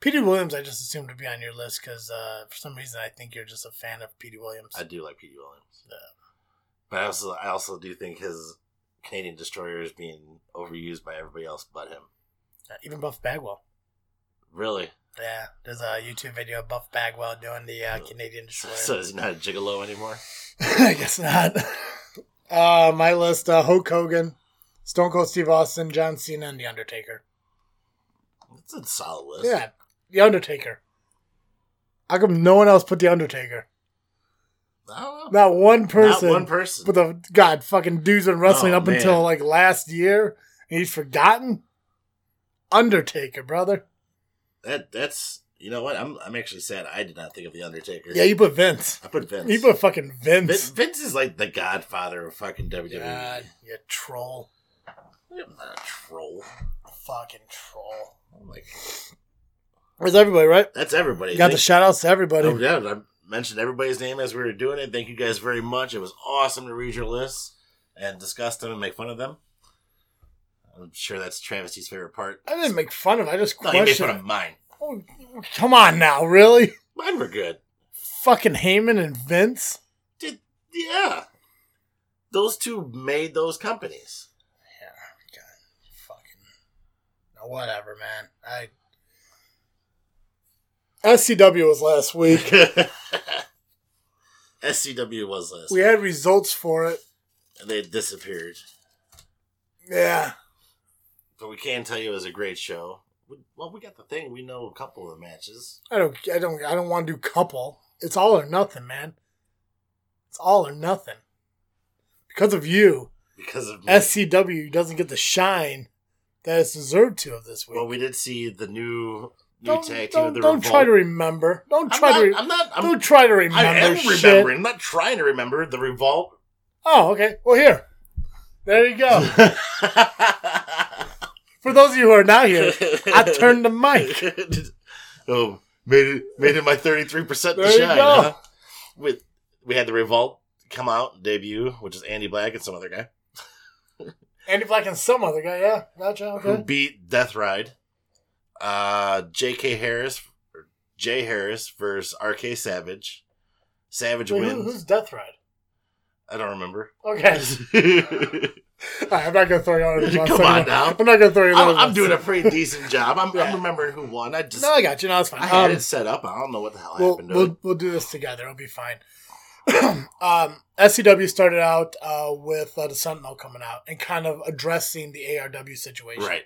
Speaker 1: Petey Williams, I just assumed would be on your list because uh, for some reason I think you're just a fan of Petey Williams.
Speaker 2: I do like Pete Williams.
Speaker 1: Yeah.
Speaker 2: But I also I also do think his Canadian destroyer is being overused by everybody else but him.
Speaker 1: Even Buff Bagwell.
Speaker 2: Really?
Speaker 1: Yeah, there's a YouTube video of Buff Bagwell doing the uh, Canadian
Speaker 2: So,
Speaker 1: Destroyer.
Speaker 2: so is he not a gigolo anymore?
Speaker 1: I guess not. Uh, my list: uh, Hulk Hogan, Stone Cold Steve Austin, John Cena, and The Undertaker.
Speaker 2: It's a solid list.
Speaker 1: Yeah, The Undertaker. How come no one else put The Undertaker?
Speaker 2: I don't know.
Speaker 1: Not one person.
Speaker 2: Not one person.
Speaker 1: But the god fucking dude's been wrestling
Speaker 2: Oh,
Speaker 1: up
Speaker 2: man.
Speaker 1: until like last year, and he's forgotten. Undertaker, brother.
Speaker 2: that that's you know what? I'm I'm actually sad I did not think of the Undertaker.
Speaker 1: Yeah, you put Vince.
Speaker 2: I put Vince.
Speaker 1: You put fucking Vince.
Speaker 2: Vince, Vince is like the godfather of fucking WWE.
Speaker 1: God, you troll.
Speaker 2: I'm not a troll.
Speaker 1: Fucking troll.
Speaker 2: I'm like
Speaker 1: Where's everybody, right?
Speaker 2: that's everybody.
Speaker 1: Got the
Speaker 2: Thank-
Speaker 1: shout outs to everybody.
Speaker 2: Oh, yeah, I mentioned everybody's name as we were doing it. Thank you guys very much. It was awesome to read your lists and discuss them and make fun of them. I'm sure that's Travesty's favorite part.
Speaker 1: I didn't make fun of it. I just
Speaker 2: No, you made
Speaker 1: questioned.
Speaker 2: fun of mine.
Speaker 1: Oh, come on now, really?
Speaker 2: Mine were good.
Speaker 1: Fucking Heyman and Vince?
Speaker 2: Did yeah. Those two made those companies.
Speaker 1: Yeah, God, fucking. No, whatever, man. I. SCW was last week.
Speaker 2: SCW was last.
Speaker 1: we had results for it.
Speaker 2: and they disappeared.
Speaker 1: Yeah.
Speaker 2: But we can tell you it was a great show. We, well, we got the thing. We know a couple of the matches.
Speaker 1: I don't. I don't. I don't want to do couple. It's all or nothing, man. It's all or nothing. Because of you,
Speaker 2: Because of me.
Speaker 1: SCW doesn't get the shine that it's deserved to of this week.
Speaker 2: Well, we did see the new new
Speaker 1: don't
Speaker 2: tag team
Speaker 1: don't,
Speaker 2: of the
Speaker 1: don't
Speaker 2: Revolt.
Speaker 1: try to remember. Don't
Speaker 2: I'm
Speaker 1: try
Speaker 2: not,
Speaker 1: to. Re-
Speaker 2: I'm not. I'm,
Speaker 1: don't try to remember.
Speaker 2: I am
Speaker 1: shit.
Speaker 2: remembering. I'm not trying to remember the Revolt.
Speaker 1: Oh, okay. Well, here. There you go. For those of you who are not here, I turned the mic.
Speaker 2: oh, made it made it my 33 percent to
Speaker 1: There you
Speaker 2: shine.
Speaker 1: go.
Speaker 2: huh? With we had the Revolt come out debut, which is Andy Black and some other guy
Speaker 1: Andy Black and some other guy. Yeah, gotcha.
Speaker 2: who
Speaker 1: Okay.
Speaker 2: beat Death Ride. Uh, J.K. Harris, or J. Harris versus R.K. Savage. Savage
Speaker 3: Wait, who,
Speaker 2: wins.
Speaker 3: who's Death Ride?
Speaker 2: I don't remember.
Speaker 3: Okay.
Speaker 1: All right, I'm not gonna throw you out of the bus.
Speaker 2: Come on now.
Speaker 1: I'm not gonna throw you out of
Speaker 2: I'm,
Speaker 1: the
Speaker 2: I'm
Speaker 1: bus.
Speaker 2: doing a pretty decent job. I'm,
Speaker 1: Yeah.
Speaker 2: I'm remembering who won. I just
Speaker 1: No, I got you. No, it's fine.
Speaker 2: I had
Speaker 1: Um,
Speaker 2: it set up. I don't know what the hell
Speaker 1: we'll,
Speaker 2: happened to it.
Speaker 1: we'll, we'll do this together. It'll be fine. um, SCW started out uh, with uh, the Sentinel coming out and kind of addressing the ARW situation.
Speaker 2: Right.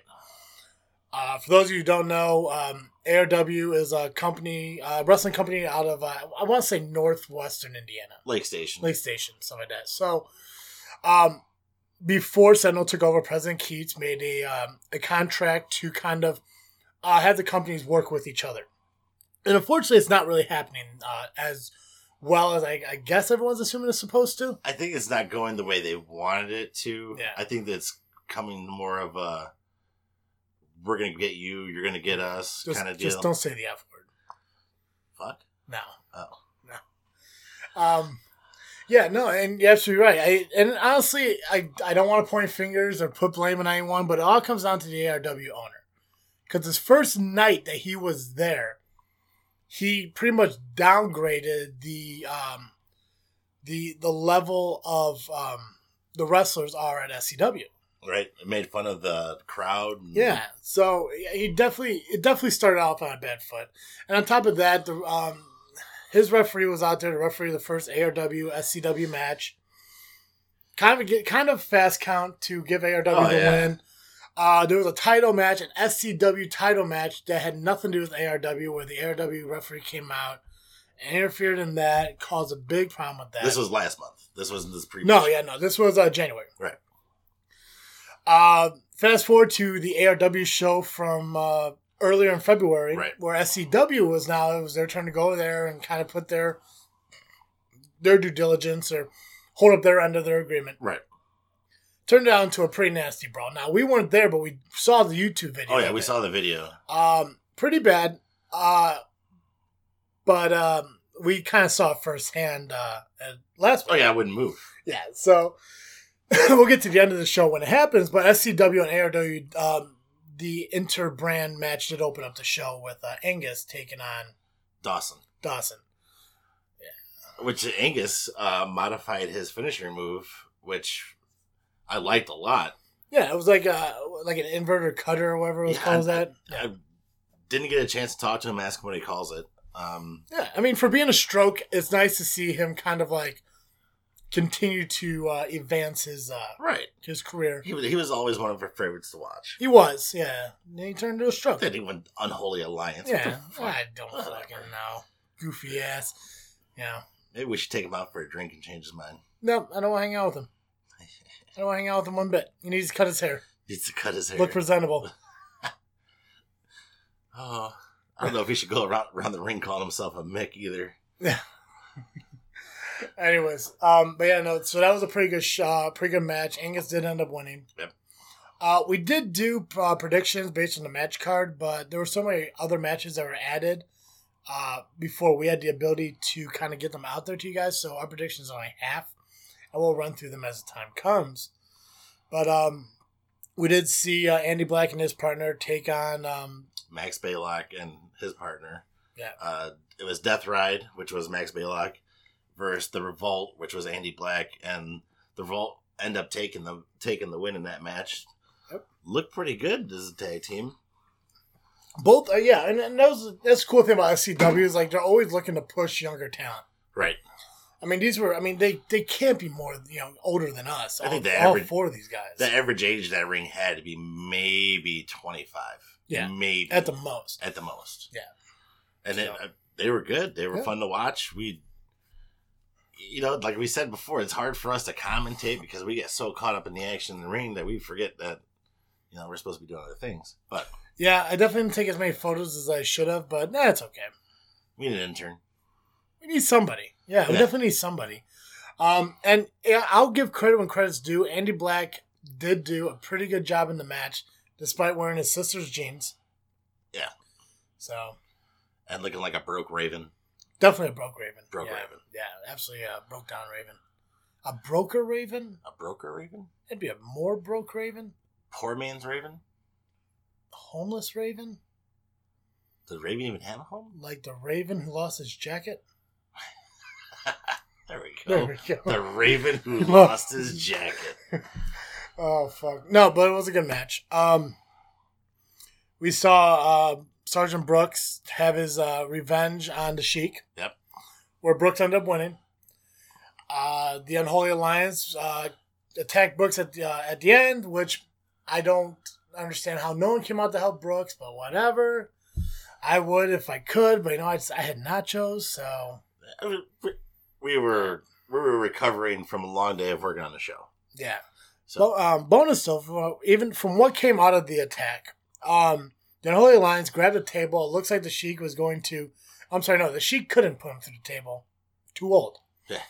Speaker 1: Uh, for those of you who don't know, um, ARW is a company, uh, wrestling company out of, uh, I want to say northwestern Indiana,
Speaker 2: Lake Station.
Speaker 1: Lake Station, stuff like that. So, um, before Sentinel took over, President Keats made a, um, a contract to kind of uh, have the companies work with each other. And unfortunately, it's not really happening uh, as well as I, I guess everyone's assuming it's supposed to.
Speaker 2: I think it's not going the way they wanted it to.
Speaker 1: Yeah.
Speaker 2: I think that's coming more of a we're gonna get you, you're gonna get us
Speaker 1: Just,
Speaker 2: kind of deal.
Speaker 1: just don't say the F word.
Speaker 2: Fuck.
Speaker 1: No.
Speaker 2: Oh.
Speaker 1: No. Um, yeah, no, and you're absolutely right. I and honestly, I I don't want to point fingers or put blame on anyone, but it all comes down to the ARW owner. Because his first night that he was there, he pretty much downgraded the um, the the level of um, the wrestlers are at SCW.
Speaker 2: Right? It made fun of the crowd. and-
Speaker 1: Yeah, so yeah, he definitely it definitely started off on a bad foot, and on top of that, the um, his referee was out there to referee the first ARW SCW match. Kind of get kind of fast count to give ARW
Speaker 2: Oh,
Speaker 1: the
Speaker 2: yeah.
Speaker 1: win. Uh, there was a title match, an SCW title match that had nothing to do with ARW, where the ARW referee came out and interfered in that, caused a big problem with that.
Speaker 2: This was last month. This wasn't this previous.
Speaker 1: No, yeah, no. This was uh, January.
Speaker 2: Right.
Speaker 1: Uh, fast forward to the ARW show from uh, earlier in February,
Speaker 2: Right.
Speaker 1: where SCW was now it was their turn to go there and kind of put their their due diligence or hold up their end of their agreement.
Speaker 2: Right.
Speaker 1: Turned out into a pretty nasty brawl. Now we weren't there, but we saw the YouTube video.
Speaker 2: Oh yeah,
Speaker 1: of
Speaker 2: we
Speaker 1: it.
Speaker 2: saw the video.
Speaker 1: Um, pretty bad. Uh, but um, we kind of saw it firsthand uh, at last.
Speaker 2: Oh yeah, I wouldn't move.
Speaker 1: Yeah, so we'll get to the end of the show when it happens, but SCW and ARW, um, the inter-brand match did open up the show with uh, Angus taking on
Speaker 2: Dawson.
Speaker 1: Dawson.
Speaker 2: Which Angus uh, modified his finisher move, which I liked a lot.
Speaker 1: Yeah, it was like a, like an inverted cutter or whatever it was
Speaker 2: Yeah,
Speaker 1: called
Speaker 2: I-
Speaker 1: that. Yeah.
Speaker 2: I didn't get a chance to talk to him, ask him what he calls it. Um,
Speaker 1: yeah, I mean, for being a stroke, it's nice to see him kind of like continue to uh, advance his uh,
Speaker 2: right.
Speaker 1: his career.
Speaker 2: He was, he was always one of our favorites to watch.
Speaker 1: He was, yeah. Then he turned into a stroke.
Speaker 2: That he went Unholy Alliance. What
Speaker 1: Yeah,
Speaker 2: the fuck?
Speaker 1: I don't fucking know. Goofy ass. Yeah.
Speaker 2: Maybe we should take him out for a drink and change his mind.
Speaker 1: No, I don't want to hang out with him. I don't want to hang out with him one bit. He needs to cut his hair,
Speaker 2: He needs to cut his hair.
Speaker 1: look presentable.
Speaker 2: oh, I don't know if he should go around, around the ring calling himself a Mick either.
Speaker 1: Anyways, um, but yeah, no. So that was a pretty good, sh- uh, pretty good match. Angus did end up winning.
Speaker 2: Yep.
Speaker 1: Uh, we did do uh, predictions based on the match card, but there were so many other matches that were added uh, before we had the ability to kind of get them out there to you guys. So our predictions are only half, and we'll run through them as the time comes. But um, we did see uh, Andy Black and his partner take on um,
Speaker 2: Max Baylock and his partner.
Speaker 1: Yeah.
Speaker 2: Uh, it was Death Ride, which was Max Baylock, versus the Revolt, which was Andy Black, and the Revolt end up taking the taking the win in that match.
Speaker 1: Yep.
Speaker 2: Looked pretty good as a tag team.
Speaker 1: Both, uh, yeah, and, and that was, that's the cool thing about SCW is like they're always looking to push younger talent.
Speaker 2: Right.
Speaker 1: I mean, these were, I mean, they they can't be more you know older than us.
Speaker 2: I think
Speaker 1: all,
Speaker 2: the
Speaker 1: all
Speaker 2: average-
Speaker 1: four of these guys
Speaker 2: The average age of that ring had to be maybe twenty five.
Speaker 1: Yeah.
Speaker 2: Maybe
Speaker 1: at the most.
Speaker 2: at the most.
Speaker 1: Yeah.
Speaker 2: And it,
Speaker 1: So-
Speaker 2: uh, they were good. They were
Speaker 1: Yeah.
Speaker 2: fun to watch. We, you know, like we said before, it's hard for us to commentate because we get so caught up in the action in the ring that we forget that, you know, we're supposed to be doing other things. But
Speaker 1: Yeah, I definitely didn't take as many photos as I should have, but that's okay.
Speaker 2: we need an intern.
Speaker 1: We need somebody. Yeah, we
Speaker 2: Yeah.
Speaker 1: definitely need somebody. Um, and yeah, I'll give credit when credit's due. Andy Black did do a pretty good job in the match, despite wearing his sister's jeans.
Speaker 2: Yeah.
Speaker 1: So
Speaker 2: And looking like a broke raven.
Speaker 1: definitely a broke Raven.
Speaker 2: Broke
Speaker 1: Yeah.
Speaker 2: raven.
Speaker 1: Yeah, absolutely. Uh, broke down Raven. A broker Raven?
Speaker 2: A broker raven?
Speaker 1: That'd be a more broke Raven.
Speaker 2: Poor man's raven?
Speaker 1: A homeless Raven,
Speaker 2: Did Raven even have a home?
Speaker 1: like the Raven who lost his jacket.
Speaker 2: There we go.
Speaker 1: There we go.
Speaker 2: The Raven who
Speaker 1: Look.
Speaker 2: lost his jacket.
Speaker 1: Oh fuck. No, but it was a good match. Um we saw uh Sergeant Brooks have his uh revenge on the Sheik.
Speaker 2: Yep.
Speaker 1: Where Brooks ended up winning. Uh the Unholy Alliance uh attacked Brooks at the uh, at the end, which I don't understand how no one came out to help Brooks, but whatever. I would if I could, but you know I, just- I had nachos, so
Speaker 2: I mean, we- we were we were recovering from a long day of working on the show.
Speaker 1: yeah.
Speaker 2: So
Speaker 1: So, um, bonus though, from- even from what came out of the attack, um, the Unholy Alliance grabbed a table. It looks like the Sheik was going to. I'm sorry, no, the Sheik couldn't put him through the table. Too old.
Speaker 2: Yeah.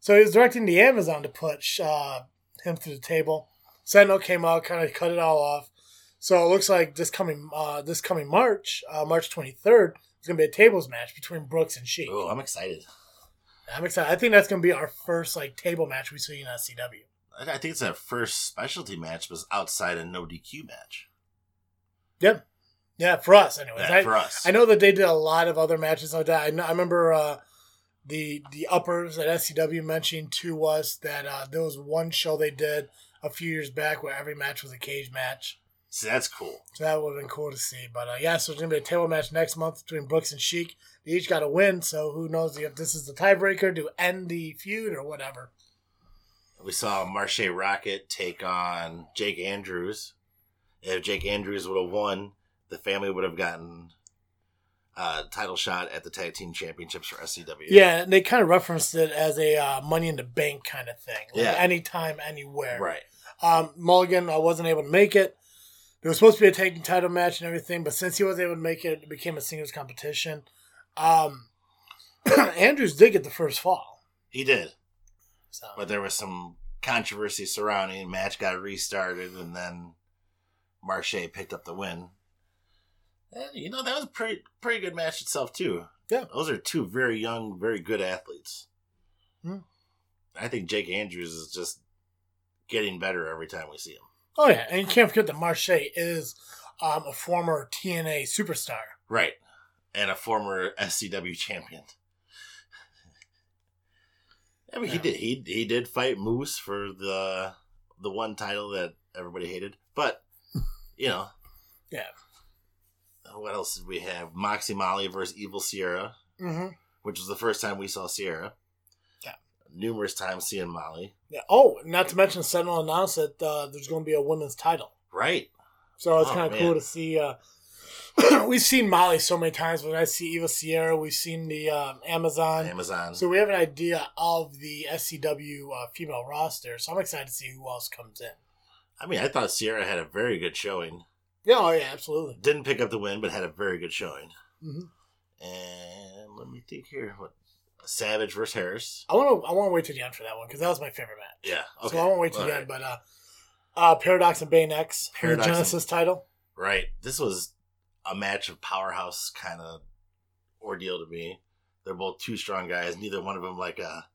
Speaker 1: So he was directing the Amazon to put uh, him through the table. Sentinel came out, kind of cut it all off. So it looks like this coming uh, this coming March, uh, March 23rd, is going to be a tables match between Brooks and Sheik.
Speaker 2: Ooh, I'm excited.
Speaker 1: I'm excited. I think that's going to be our first like table match we see in uh, CW.
Speaker 2: I I think it's our first specialty match was outside a no DQ match.
Speaker 1: Yeah, for us, anyways.
Speaker 2: That
Speaker 1: I-
Speaker 2: for us.
Speaker 1: I know that they did a lot of other matches like that. I, know, I remember uh, the the uppers at SCW mentioning to us that uh, there was one show they did a few years back where every match was a cage match.
Speaker 2: So that's cool.
Speaker 1: So that would have been cool to see. But uh, yeah, so there's gonna be a table match next month between Brooks and Sheik. They each got a win, so who knows if this is the tiebreaker to end the feud or whatever.
Speaker 2: We saw Marche Rocket take on Jake Andrews. If Jake Andrews would have won, the family would have gotten a title shot at the tag team championships for SCW.
Speaker 1: Yeah, and they kind of referenced it as a uh, money in the bank kind of thing. Like
Speaker 2: Yeah.
Speaker 1: Anytime, anywhere.
Speaker 2: Right.
Speaker 1: Um, Mulligan, I wasn't able to make it. There was supposed to be a tag team title match and everything, but since he wasn't able to make it, it became a singles competition. Um, Andrews did get the first fall.
Speaker 2: He did.
Speaker 1: So
Speaker 2: But there was some controversy surrounding. Match got restarted, and then Marche picked up the win. And, you know, that was a pretty, pretty good match itself, too.
Speaker 1: Yeah.
Speaker 2: Those are two very young, very good athletes.
Speaker 1: Hmm.
Speaker 2: I think Jake Andrews is just getting better every time we see him.
Speaker 1: oh yeah, and you can't forget that Marche is um, a former TNA superstar.
Speaker 2: Right. And a former SCW champion. I mean, he
Speaker 1: Yeah.
Speaker 2: did he he did fight Moose for the the one title that everybody hated, but you know,
Speaker 1: Yeah.
Speaker 2: What else did we have? Moxie Molly versus Evil Sierra,
Speaker 1: Mm-hmm.
Speaker 2: which was the first time we saw Sierra.
Speaker 1: Yeah.
Speaker 2: numerous times seeing Molly.
Speaker 1: Yeah. Oh, not to mention Sentinel announced that uh, there's going to be a women's title.
Speaker 2: Right,
Speaker 1: So it's
Speaker 2: Oh,
Speaker 1: kind of
Speaker 2: man.
Speaker 1: cool to see. Uh, we've seen Molly so many times. When I see Eva Sierra, we've seen the um, Amazon.
Speaker 2: Amazon.
Speaker 1: So we have an idea of the SCW uh, female roster. So I'm excited to see who else comes in.
Speaker 2: I mean, I thought Sierra had a very good showing.
Speaker 1: Yeah, oh yeah, absolutely.
Speaker 2: Didn't pick up the win, but had a very good showing.
Speaker 1: Mhm.
Speaker 2: And let me think here. What Savage versus Harris?
Speaker 1: I want to. I want to wait till the end for that one because that was my favorite match.
Speaker 2: Yeah. Okay.
Speaker 1: So I won't wait till
Speaker 2: All
Speaker 1: the
Speaker 2: right.
Speaker 1: end. But uh, uh, Paradox and Bane X for the
Speaker 2: Paradox and-
Speaker 1: Genesis title.
Speaker 2: Right. This was a match of powerhouse kind of ordeal to me. They're both two strong guys. Neither one of them like a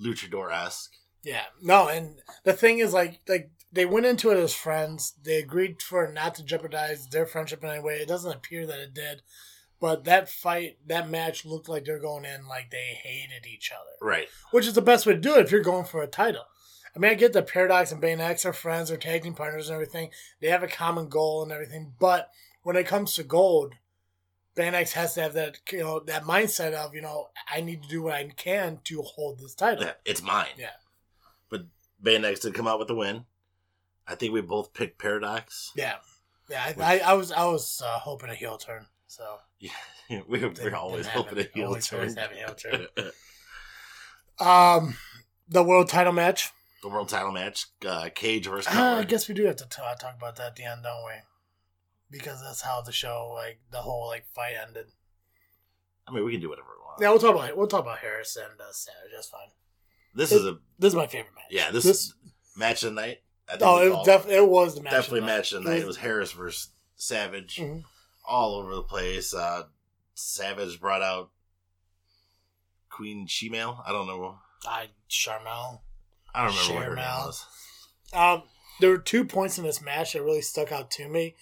Speaker 2: luchador esque.
Speaker 1: Yeah. No, and the thing is, like, like they went into it as friends. They agreed for not to jeopardize their friendship in any way. It doesn't appear that it did. But that fight, that match looked like they're going in like they hated each other.
Speaker 2: Right.
Speaker 1: which is the best way to do it if you're going for a title. I mean, I get that Paradox and Bane X are friends, they're tag team partners and everything. They have a common goal and everything. But when it comes to gold, Bane X has to have that you know that mindset of you know I need to do what I can to hold this title.
Speaker 2: Yeah, It's mine.
Speaker 1: Yeah.
Speaker 2: But Bayonex did come out with the win. I think we both picked Paradox.
Speaker 1: Yeah, yeah. I, I, I was I was uh, hoping a heel turn. So
Speaker 2: Yeah. we were, we were always
Speaker 1: Didn't
Speaker 2: hoping a
Speaker 1: happen.
Speaker 2: heel
Speaker 1: Always-
Speaker 2: turn.
Speaker 1: always have a heel turn. um, the world title match.
Speaker 2: the world title match, uh, Cage versus
Speaker 1: Uh, I
Speaker 2: Cutler.
Speaker 1: guess we do have to t- uh, talk about that at the end, don't we? Because that's how the show like the whole like fight ended.
Speaker 2: I mean, we can do whatever we want.
Speaker 1: Yeah, we'll talk about we'll talk about Harris and uh, Savage. That's fine.
Speaker 2: this is a
Speaker 1: This is my favorite match.
Speaker 2: yeah. This, is match of the night. I think
Speaker 1: oh,
Speaker 2: we
Speaker 1: it
Speaker 2: call
Speaker 1: was def- it was the match. of
Speaker 2: definitely
Speaker 1: the
Speaker 2: match of the night. It was Harris versus Savage,
Speaker 1: Mhm.
Speaker 2: all over the place. Uh, Savage brought out Queen Shemale. I don't know.
Speaker 1: I Charmel.
Speaker 2: I don't remember what her name
Speaker 1: Shemale.
Speaker 2: was.
Speaker 1: Um, there were two points in this match that really stuck out to me,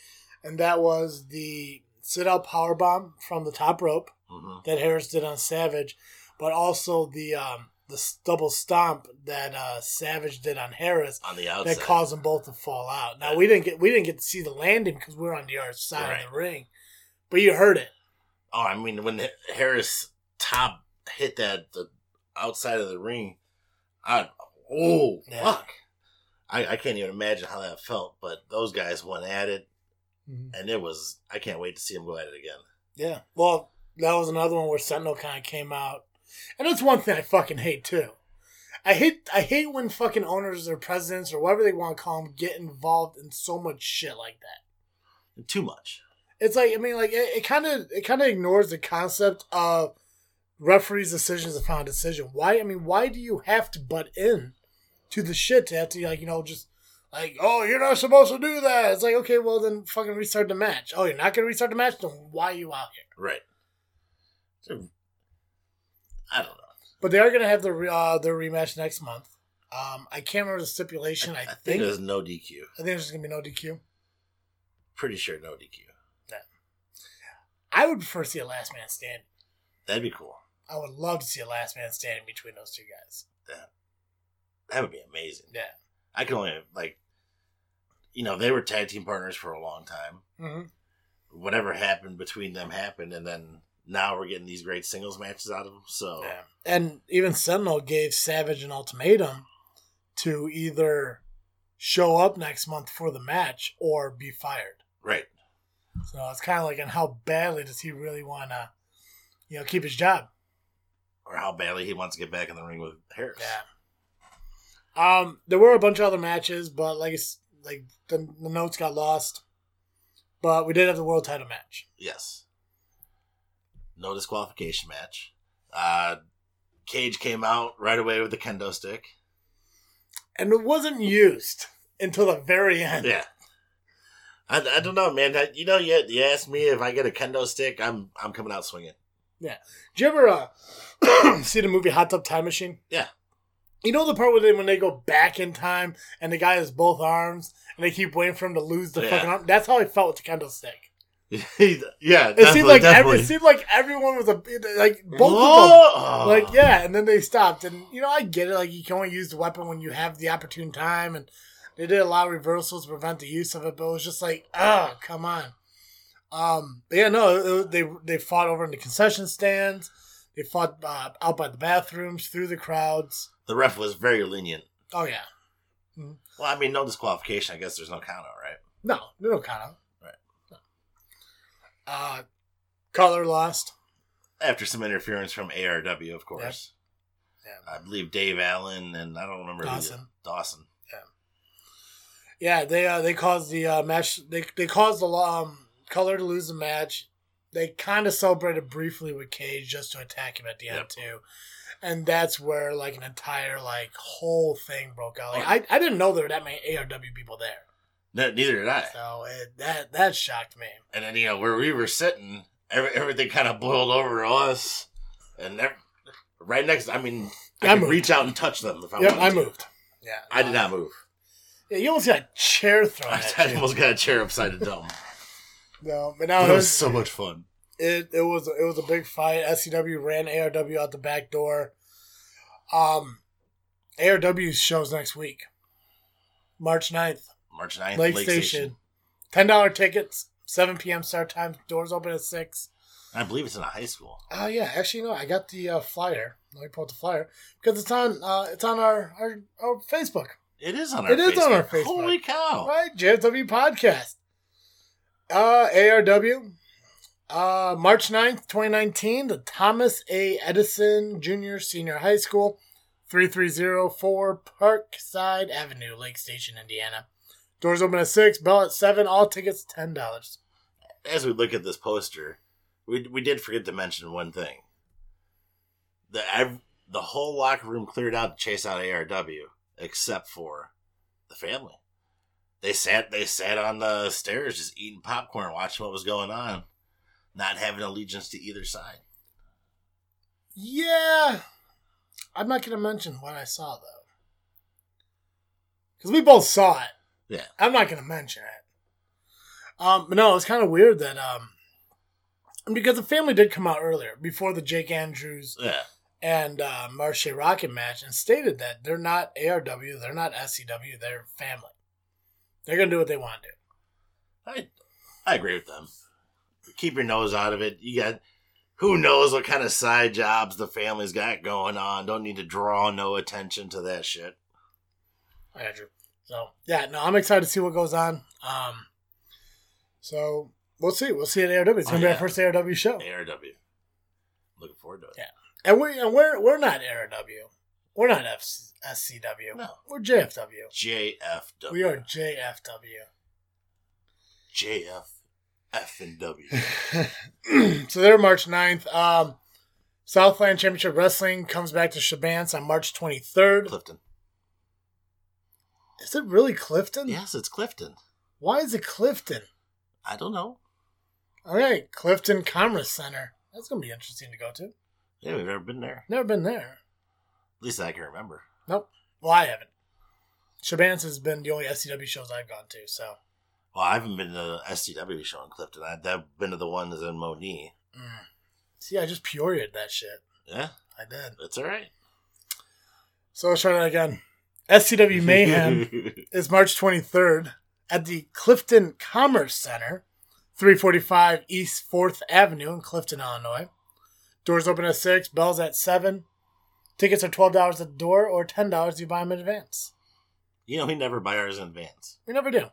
Speaker 1: and that was the sit out power bomb from the top rope
Speaker 2: hmm
Speaker 1: that Harris did on Savage, but also the um the double stomp that uh, Savage did on Harris
Speaker 2: on the outside.
Speaker 1: that caused them both to fall out. Now we didn't get we didn't get to see the landing because we were on the other side
Speaker 2: Right.
Speaker 1: of the ring, but you heard it.
Speaker 2: oh, I mean, when Harris top hit that the outside of the ring, I oh
Speaker 1: Yeah.
Speaker 2: fuck, I, I can't even imagine how that felt. But those guys went at it, and it was I can't wait to see them go at it again.
Speaker 1: Yeah. Well, that was another one where Sentinel kind of came out, and that's one thing I fucking hate too. I hate I hate when fucking owners or presidents or whatever they want to call them get involved in so much shit like that.
Speaker 2: Too much.
Speaker 1: It's like I mean, like it kind of it kind of ignores the concept of referees' decisions upon decision. Why? I mean, why do you have to butt in to the shit to have to like you know just like oh you're not supposed to do that? It's like okay, well then fucking restart the match. Oh, you're not gonna restart the match? Then why are you out here?
Speaker 2: Right. So, I don't know.
Speaker 1: But they are gonna have their re- uh, their rematch next month. Um, I can't remember the stipulation. I,
Speaker 2: I
Speaker 1: think,
Speaker 2: think there's no DQ.
Speaker 1: I think there's gonna be no DQ.
Speaker 2: Pretty sure no DQ.
Speaker 1: I would prefer to see a last man stand.
Speaker 2: That'd be cool.
Speaker 1: I would love to see a last man standing between those two guys.
Speaker 2: That would be amazing.
Speaker 1: Yeah.
Speaker 2: I can only like, you know, they were tag team partners for a long time.
Speaker 1: Mm-hmm.
Speaker 2: Whatever happened between them happened, and then now we're getting these great singles matches out of them. So
Speaker 1: Yeah. And even Sentinel gave Savage an ultimatum to either show up next month for the match or be fired.
Speaker 2: right,
Speaker 1: So it's kind of like, and how badly does he really want to, you know, keep his job?
Speaker 2: or how badly he wants to get back in the ring with Harris.
Speaker 1: Yeah. Um, there were a bunch of other matches, but like, it's- like the, the notes got lost. But we did have the world title match.
Speaker 2: Yes. No disqualification match. Uh, Cage came out right away with the kendo stick.
Speaker 1: And it wasn't used until the very end.
Speaker 2: Yeah. I, I don't know, man. I, you know, you, you asked me if I get a kendo stick, I'm I'm coming out swinging.
Speaker 1: Did you ever uh, see the movie Hot Tub Time Machine?
Speaker 2: Yeah.
Speaker 1: You know the part where they when they go back in time and the guy has both arms and they keep waiting for him to lose the
Speaker 2: Yeah.
Speaker 1: fucking arm. That's how I felt with the kendo stick.
Speaker 2: yeah, definitely.
Speaker 1: It seemed like every,
Speaker 2: definitely.
Speaker 1: it seemed like everyone was a like both
Speaker 2: Whoa!
Speaker 1: of them.
Speaker 2: Oh.
Speaker 1: Like yeah, and then they stopped, and you know I get it. Like you can only use the weapon when you have the opportune time, and they did a lot of reversals to prevent the use of it. But it was just like, oh come on. Um, but yeah, no, it- they they fought over in the concession stands. They fought uh, out by the bathrooms through the crowds.
Speaker 2: The ref was very lenient.
Speaker 1: Oh yeah,
Speaker 2: Well, I mean, no disqualification. I guess there's no count out, right?
Speaker 1: no, no kind of
Speaker 2: Right.
Speaker 1: Uh, color lost.
Speaker 2: After some interference from ARW, of course.
Speaker 1: Yeah.
Speaker 2: I believe Dave Allen and I don't remember who the- uh,
Speaker 1: Dawson.
Speaker 2: Dawson.
Speaker 1: Yeah, they uh, they caused the uh, match. They they caused the um, color to lose the match. They kind of celebrated briefly with Cage just to attack him at the end
Speaker 2: Yep.
Speaker 1: too, and that's where like an entire like whole thing broke out. Like I, I didn't know there were that many ARW people there,
Speaker 2: No, neither did I.
Speaker 1: so it, that that shocked me.
Speaker 2: And then you know where we were sitting, every, everything kind of boiled over to us, and ev- right next. I mean, I,
Speaker 1: I
Speaker 2: could
Speaker 1: moved.
Speaker 2: reach out and touch them if I
Speaker 1: Yep,
Speaker 2: wanted
Speaker 1: I
Speaker 2: to.
Speaker 1: moved. Yeah,
Speaker 2: I did not move.
Speaker 1: Yeah, you almost got a chair thrown
Speaker 2: I,
Speaker 1: at you.
Speaker 2: almost got a chair upside the dome.
Speaker 1: No, but now
Speaker 2: it was
Speaker 1: so-
Speaker 2: so much fun.
Speaker 1: it it was it was a big fight. SCW ran ARW out the back door. Um, ARW shows next week, March 9th,
Speaker 2: March 9th,
Speaker 1: Lake, Station. Ten dollar tickets, seven p.m. start time. Doors open at six.
Speaker 2: I believe it's in a high school.
Speaker 1: Oh yeah, actually no, I got the uh, flyer. Let me pull up the flyer because it's on uh, it's on our our, our Facebook.
Speaker 2: It is on our.
Speaker 1: It is on our Facebook.
Speaker 2: Holy cow!
Speaker 1: Right, JSW podcast. Uh, ARW. Uh, March 9th, 2019, the Thomas A. Edison Jr. Senior High School, 3304 Parkside Avenue, Lake Station, Indiana. Doors open at 6, bell at 7, all tickets $10.
Speaker 2: As we look at this poster, we we did forget to mention one thing. The ev- the whole locker room cleared out to chase out ARW, except for the family. They sat they sat on the stairs just eating popcorn, watching what was going on, not having allegiance to either side.
Speaker 1: Yeah. I'm not going to mention what I saw, though. Because we both saw it.
Speaker 2: Yeah.
Speaker 1: I'm not going to mention it. Um, but no, it's kind of weird that. um, Because the family did come out earlier, before the Jake Andrews
Speaker 2: Yeah,
Speaker 1: and uh, Marche Rocket match and stated that they're not ARW, they're not SCW, they're family. They're gonna do what they want to do.
Speaker 2: I, I agree with them. Keep your nose out of it. You got who knows what kind of side jobs the family's got going on. Don't need to draw no attention to that shit.
Speaker 1: I got you. So yeah, no, I'm excited to see what goes on. Um, so we'll see. We'll see at ARW. It's
Speaker 2: Oh,
Speaker 1: gonna be
Speaker 2: yeah.
Speaker 1: our first ARW show,
Speaker 2: ARW. Looking forward to it.
Speaker 1: Yeah. and we and we're we're not ARW. We're not F- SCW.
Speaker 2: No.
Speaker 1: We're JFW.
Speaker 2: JFW.
Speaker 1: We are JFW.
Speaker 2: JF F and W.
Speaker 1: so they're March 9th. Um, Southland Championship Wrestling comes back to Shabance on March 23rd.
Speaker 2: Clifton.
Speaker 1: Is it really Clifton?
Speaker 2: Yes, it's Clifton.
Speaker 1: Why is it Clifton?
Speaker 2: I don't know.
Speaker 1: All right, Clifton Commerce Center. That's going to be interesting to go to.
Speaker 2: Yeah, we've never been there.
Speaker 1: Never been there.
Speaker 2: At least I can remember.
Speaker 1: Nope. Well, I haven't. Shabance has been the only SCW shows I've gone to, so.
Speaker 2: Well, I haven't been to the SCW show in Clifton. I- I've been to the ones in Moni.
Speaker 1: mm. See, I just puried that shit.
Speaker 2: Yeah,
Speaker 1: I did.
Speaker 2: that's all right.
Speaker 1: So let's try that again. SCW Mayhem is March 23rd at the Clifton Commerce Center, 345 East 4th Avenue in Clifton, Illinois. Doors open at 6, bells at 7. Tickets are $12 at the door or $10 if you buy them in advance.
Speaker 2: you know, we never buy ours in advance.
Speaker 1: We never do.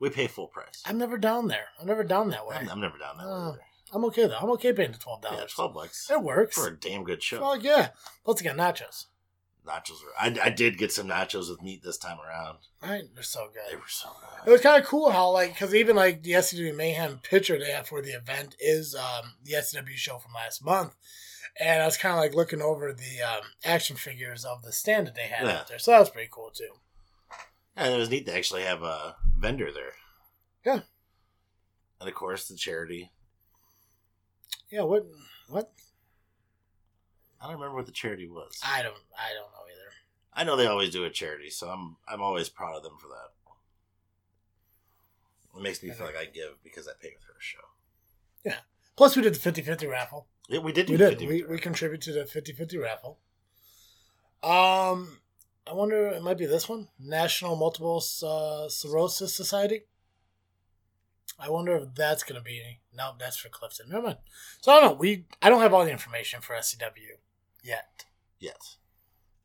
Speaker 2: We pay full price.
Speaker 1: I'm never down there. I'm never down that way.
Speaker 2: I'm, I'm never down that
Speaker 1: Oh,
Speaker 2: way. either.
Speaker 1: I'm okay though. I'm okay paying the $12.
Speaker 2: Yeah, twelve bucks
Speaker 1: It works.
Speaker 2: for a damn good show.
Speaker 1: Well, yeah. Plus, you got nachos.
Speaker 2: Nachos were. I, I did get some nachos with meat this time around.
Speaker 1: Right? They're so
Speaker 2: They
Speaker 1: good.
Speaker 2: were so good.
Speaker 1: It was kind of cool how, like, because even like the SCW Mayhem picture they have for the event is um, the SCW show from last month. And I was kind of like looking over the um, action figures of the stand that they had
Speaker 2: Yeah.
Speaker 1: out there. So that was pretty cool too.
Speaker 2: And it was neat to actually have a vendor there.
Speaker 1: Yeah.
Speaker 2: And of course, the charity.
Speaker 1: Yeah, what? What?
Speaker 2: I don't remember what the charity was. I,
Speaker 1: I don't. I don't know either.
Speaker 2: know they always do a charity, so I'm I'm always proud of them for that. It makes me feel like I give because I paid with her show.
Speaker 1: Plus, we did the 50-50 raffle.
Speaker 2: Yeah, we did do
Speaker 1: We did.
Speaker 2: 50
Speaker 1: We, we contribute to the 50 50 raffle. Um, I wonder, it might be this one National Multiple uh, Sclerosis Society. I wonder if that's going to be. No, that's for Clifton. Never mind. So I don't know. We, I don't have all the information for SCW yet.
Speaker 2: Yes.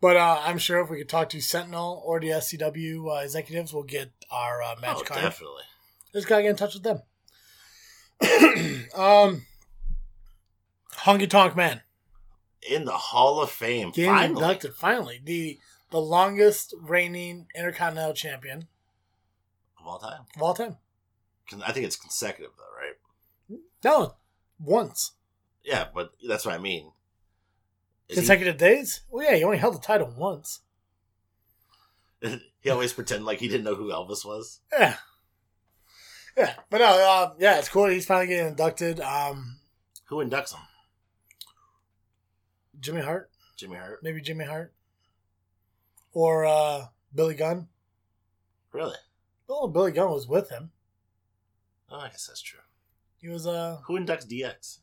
Speaker 1: But uh, I'm sure if we could talk to Sentinel or the SCW uh, executives, we'll get our uh, match
Speaker 2: Oh,
Speaker 1: card
Speaker 2: definitely.
Speaker 1: just gotta get in touch with them. um, Honky Tonk Man
Speaker 2: In the Hall of Fame.
Speaker 1: getting
Speaker 2: finally.
Speaker 1: inducted finally the the longest reigning Intercontinental Champion
Speaker 2: Of all time.
Speaker 1: of all time.
Speaker 2: Con- I think it's consecutive, though, right?
Speaker 1: No, once
Speaker 2: Yeah, but that's what I mean. Is he-
Speaker 1: consecutive days. Well, yeah, he only held the title once.
Speaker 2: he always pretend like he didn't know who Elvis was.
Speaker 1: Yeah, yeah, but no, uh, yeah, it's cool. He's finally getting inducted. Um,
Speaker 2: Who inducts him?
Speaker 1: Jimmy Hart,
Speaker 2: Jimmy Hart.
Speaker 1: maybe Jimmy Hart, or uh, Billy Gunn.
Speaker 2: Really?
Speaker 1: Oh, Billy Gunn was with him.
Speaker 2: Oh, I guess that's true.
Speaker 1: He was uh,
Speaker 2: Who inducts DX?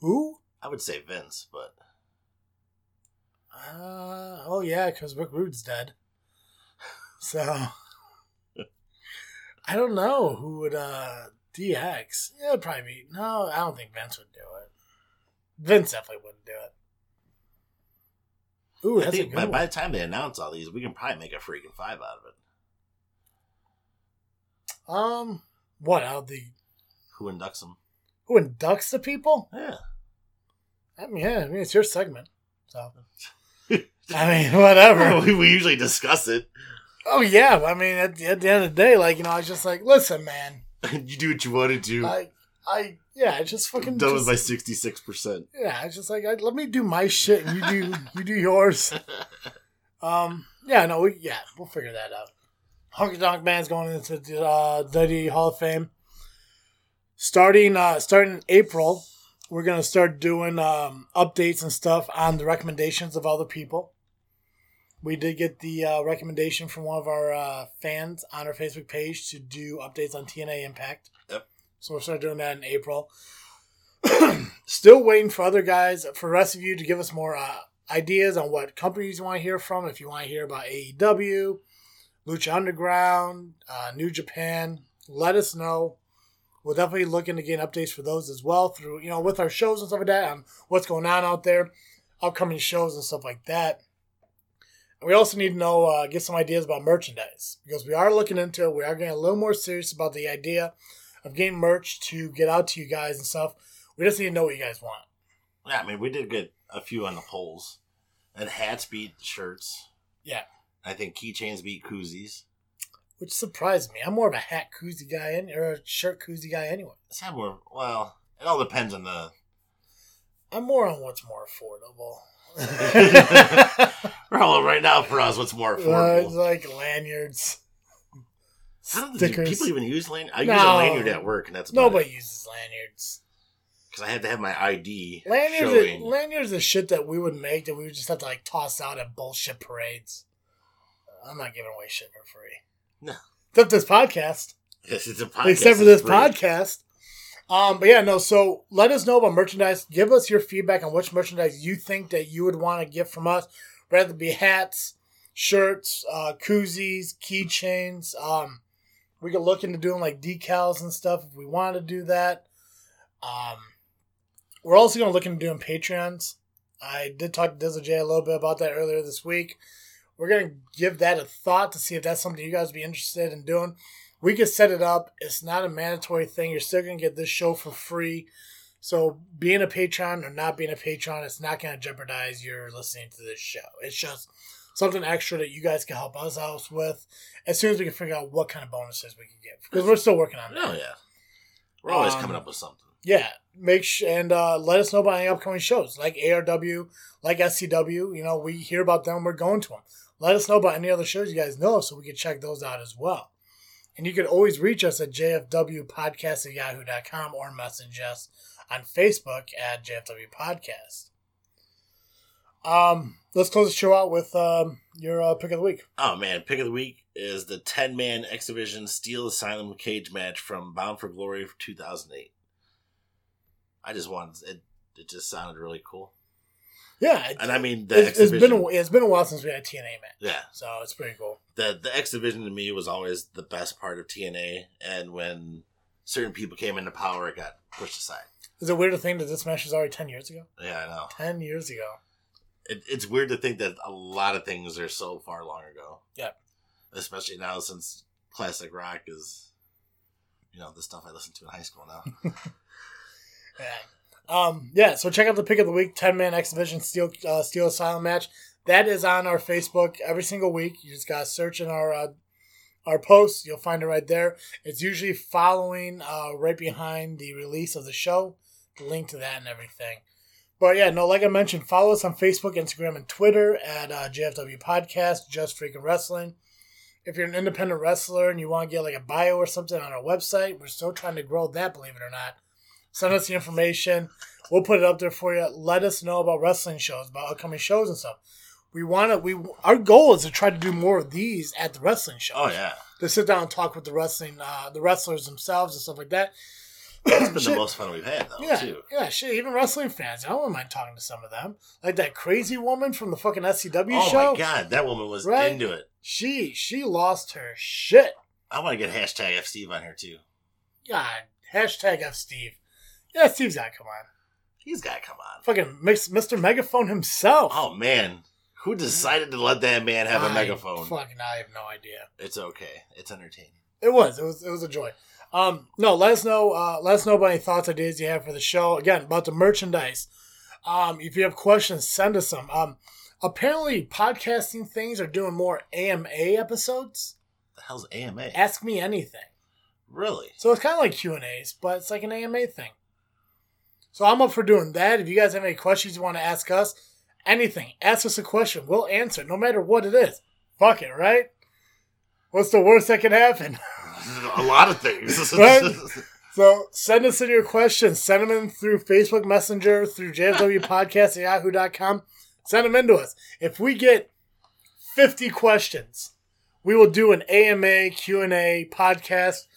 Speaker 1: who?
Speaker 2: I would say Vince, but
Speaker 1: Uh, oh yeah, because Rick Rude's dead. So I don't know who would uh DX. Yeah, it'd probably be no. I don't think Vince would do it. Vince definitely wouldn't do it. Ooh,
Speaker 2: I
Speaker 1: that's a
Speaker 2: think
Speaker 1: good
Speaker 2: by,
Speaker 1: one.
Speaker 2: by the time they announce all these, we can probably make a freaking five out of it.
Speaker 1: Um, what out the
Speaker 2: Who inducts them?
Speaker 1: who inducts the people?
Speaker 2: Yeah.
Speaker 1: I mean, yeah, I mean it's your segment, so I mean whatever.
Speaker 2: we, we usually discuss it.
Speaker 1: Oh yeah, but I mean at, at the end of the day, like you know, I was just like, listen, man,
Speaker 2: you do what you want to do.
Speaker 1: I, I, yeah, I just fucking
Speaker 2: Done
Speaker 1: just-
Speaker 2: with my sixty-six percent.
Speaker 1: Yeah, it's just like I, let me do my shit and you do you do yours. Um, yeah, no, we, yeah, we'll figure that out. Honky Tonk Man's going into the uh, WWE Hall of Fame. Starting uh, starting in April, we're gonna start doing um, updates and stuff on the recommendations of other people. We did get the uh, recommendation from one of our uh, fans on our Facebook page to do updates on TNA Impact.
Speaker 2: Yep.
Speaker 1: So we'll start doing that in April. Still waiting for other guys, for the rest of you to give us more uh, ideas on what companies you want to hear from. If you want to hear about AEW, Lucha Underground, uh, New Japan, let us know. We'll definitely look into getting updates for those as well through, you know, with our shows and stuff like that on what's going on out there, upcoming shows and stuff like that. And we also need to know, uh, get some ideas about merchandise because we are looking into it. We are getting a little more serious about the idea of getting merch to get out to you guys and stuff. We just need to know what you guys want.
Speaker 2: Yeah, I mean, we did get a few on the polls, and hats beat shirts.
Speaker 1: Yeah.
Speaker 2: I think keychains beat koozies.
Speaker 1: Which surprised me. I'm more of a hat koozie guy and or a shirt koozie guy anyway.
Speaker 2: It's not more. Well, it all depends on the.
Speaker 1: I'm more on what's more affordable.
Speaker 2: Well, right now for us, what's more
Speaker 1: Uh, it's
Speaker 2: affordable?
Speaker 1: like lanyards.
Speaker 2: I don't think do
Speaker 1: stickers.
Speaker 2: people even use lanyard. I use a
Speaker 1: No.
Speaker 2: lanyard at work, and that's
Speaker 1: Nobody uses lanyards.
Speaker 2: because I had to have my ID
Speaker 1: Lanyards,
Speaker 2: showing.
Speaker 1: Are, lanyards are shit that we would make that we would just have to like toss out at bullshit parades. I'm not giving away shit for free.
Speaker 2: No.
Speaker 1: Except this podcast.
Speaker 2: Yes, it's a podcast.
Speaker 1: except for this
Speaker 2: it's free.
Speaker 1: podcast. Um, but yeah, no. So let us know about merchandise. Give us your feedback on which merchandise you think that you would want to get from us. Rather be hats, shirts, uh, koozies, keychains. Um, we could look into doing like decals and stuff if we want to do that. Um, we're also going to look into doing Patreons. I did talk to Dizzle J a little bit about that earlier this week. We're going to give that a thought to see if that's something you guys would be interested in doing. We could set it up. It's not a mandatory thing. You're still going to get this show for free. So being a patron or not being a patron, it's not going to jeopardize your listening to this show. It's just something extra that you guys can help us out with as soon as we can figure out what kind of bonuses we can get because we're still working on that.
Speaker 2: No, Oh, yeah, we're always
Speaker 1: Um,
Speaker 2: coming up with something.
Speaker 1: Yeah, make sh- and uh, let us know about any upcoming shows like ARW, like SCW. You know, we hear about them, we're going to them. Let us know about any other shows you guys know of so we can check those out as well. And you can always reach us at jfwpodcast at yahoo.com or message us on Facebook at JFW Podcast. Um, let's close the show out with um, your uh, pick of the week.
Speaker 2: Oh man, pick of the week is the ten man X Division Steel Asylum cage match from Bound for Glory of two thousand eight. I just wanted it. It just sounded really cool,
Speaker 1: Yeah, it,
Speaker 2: and I mean the
Speaker 1: it's,
Speaker 2: X
Speaker 1: it's been
Speaker 2: Division.
Speaker 1: a, it's been a while since we had a TNA match,
Speaker 2: Yeah,
Speaker 1: so it's pretty cool.
Speaker 2: the the X Division to me was always the best part of TNA, and when certain people came into power, it got pushed aside.
Speaker 1: Is it weird to think that this match is already ten years ago?
Speaker 2: Yeah, I know.
Speaker 1: 10 years ago.
Speaker 2: It, it's weird to think that a lot of things are so far long ago.
Speaker 1: Yeah.
Speaker 2: especially now since classic rock is, you know, the stuff I listened to in high school now.
Speaker 1: Yeah. Um, yeah, so check out the pick of the week 10 man X Division Steel, uh, Steel Asylum match. That is on our Facebook every single week. You just got to search in our uh, our posts. You'll find it right there. It's usually following uh, right behind the release of the show. The link to that and everything. But yeah, no, like I mentioned, follow us on Facebook, Instagram, and Twitter at uh, JFW Podcast, Just Freaking Wrestling. If you're an independent wrestler and you want to get like a bio or something on our website, we're still trying to grow that, believe it or not. Send us the information. We'll put it up there for you. Let us know about wrestling shows, about upcoming shows and stuff. We want to. We our goal is to try to do more of these at the wrestling show
Speaker 2: oh yeah,
Speaker 1: to sit down and talk with the wrestling, uh, the wrestlers themselves and stuff like that.
Speaker 2: it's been
Speaker 1: Shit.
Speaker 2: the most fun we've had though
Speaker 1: Yeah,
Speaker 2: too.
Speaker 1: yeah, shit. Even wrestling fans, I wouldn't mind talking to some of them. Like that crazy woman from the fucking SCW
Speaker 2: oh
Speaker 1: show.
Speaker 2: my god, that woman was
Speaker 1: Right?
Speaker 2: into it.
Speaker 1: She she lost her shit.
Speaker 2: I want to get hashtag F Steve on here too.
Speaker 1: God, hashtag F Steve. Yeah, Steve's got come on.
Speaker 2: He's got to come on.
Speaker 1: Fucking mix- Mr. Megaphone himself.
Speaker 2: Oh man, who decided to let that man have a
Speaker 1: I
Speaker 2: megaphone?
Speaker 1: Fucking, I have no idea.
Speaker 2: It's okay. It's entertaining.
Speaker 1: It was. It was. It was a joy. Um, no, let us know. Uh, let us know about any thoughts, ideas you have for the show. Again, about the merchandise. Um, if you have questions, send us some. Um, apparently, podcasting things are doing more AMA episodes.
Speaker 2: The hell's AMA?
Speaker 1: Ask me anything.
Speaker 2: Really?
Speaker 1: So it's kind of like Q and A's, but it's like an AMA thing. So I'm up for doing that. If you guys have any questions you want to ask us, anything, ask us a question. We'll answer, no matter what it is. Fuck it, right? What's the worst that can happen?
Speaker 2: a lot of things.
Speaker 1: Right? So send us in your questions. Send them in through Facebook Messenger, through JFW Podcast at yahoo.com. Send them in to us. If we get 50 questions, we will do an AMA Q&A podcast.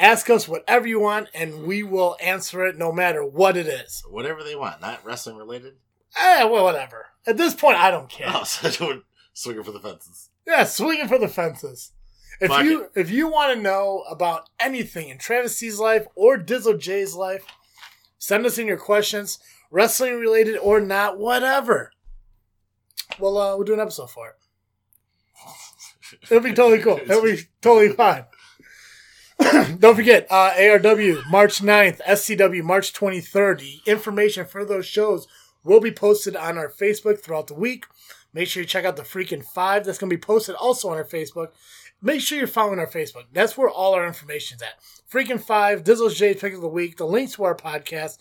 Speaker 1: Ask us whatever you want, and we will answer it no matter what it is.
Speaker 2: Whatever they want, not wrestling related.
Speaker 1: Eh, well, whatever. At this point, I don't care.
Speaker 2: Oh, so don't swing it for the fences.
Speaker 1: Yeah, swinging for the fences. If
Speaker 2: Fuck
Speaker 1: you if you want to know about anything in Travis C's life or Dizzle J's life, send us in your questions, wrestling related or not, whatever. Well, uh, we'll do an episode for it. It'll be totally cool. It'll be totally fine. Don't forget, uh, ARW, March 9th, SCW, March 23rd. The information for those shows will be posted on our Facebook throughout the week. Make sure you check out the Freaking Five. That's going to be posted also on our Facebook. Make sure you're following our Facebook. That's where all our information's at. Freaking Five, Dizzle's J Pick of the Week, the links to our podcast,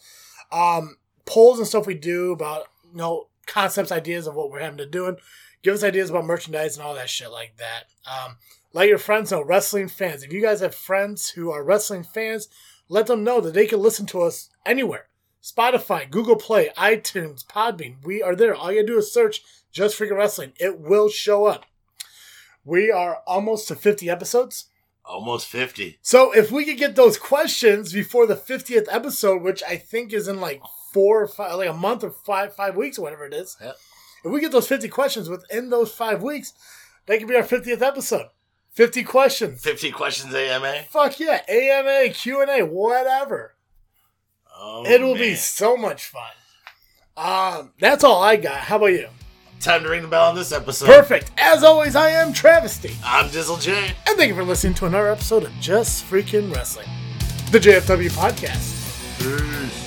Speaker 1: um, polls and stuff we do about you know concepts, ideas of what we're having to doing. Give us ideas about merchandise and all that shit like that. Um, let your friends know, wrestling fans. If you guys have friends who are wrestling fans, let them know that they can listen to us anywhere. Spotify, Google Play, iTunes, Podbean. We are there. All you gotta do is search just freaking wrestling. It will show up. We are almost to 50 episodes.
Speaker 2: Almost fifty.
Speaker 1: So if we could get those questions before the 50th episode, which I think is in like four or five, like a month or five, five weeks, or whatever it is.
Speaker 2: Yep.
Speaker 1: If we get those 50 questions within those five weeks, that could be our 50th episode. 50 questions.
Speaker 2: Fifty questions, AMA.
Speaker 1: Fuck yeah. AMA, Q&A, whatever.
Speaker 2: Oh,
Speaker 1: it will be
Speaker 2: man.
Speaker 1: so much fun. Um, that's all I got. How about you?
Speaker 2: time to ring the bell on this episode.
Speaker 1: Perfect. As always, I am Travesty.
Speaker 2: I'm Dizzle J.
Speaker 1: And thank you for listening to another episode of Just Freaking Wrestling, the JFW podcast.
Speaker 2: Peace.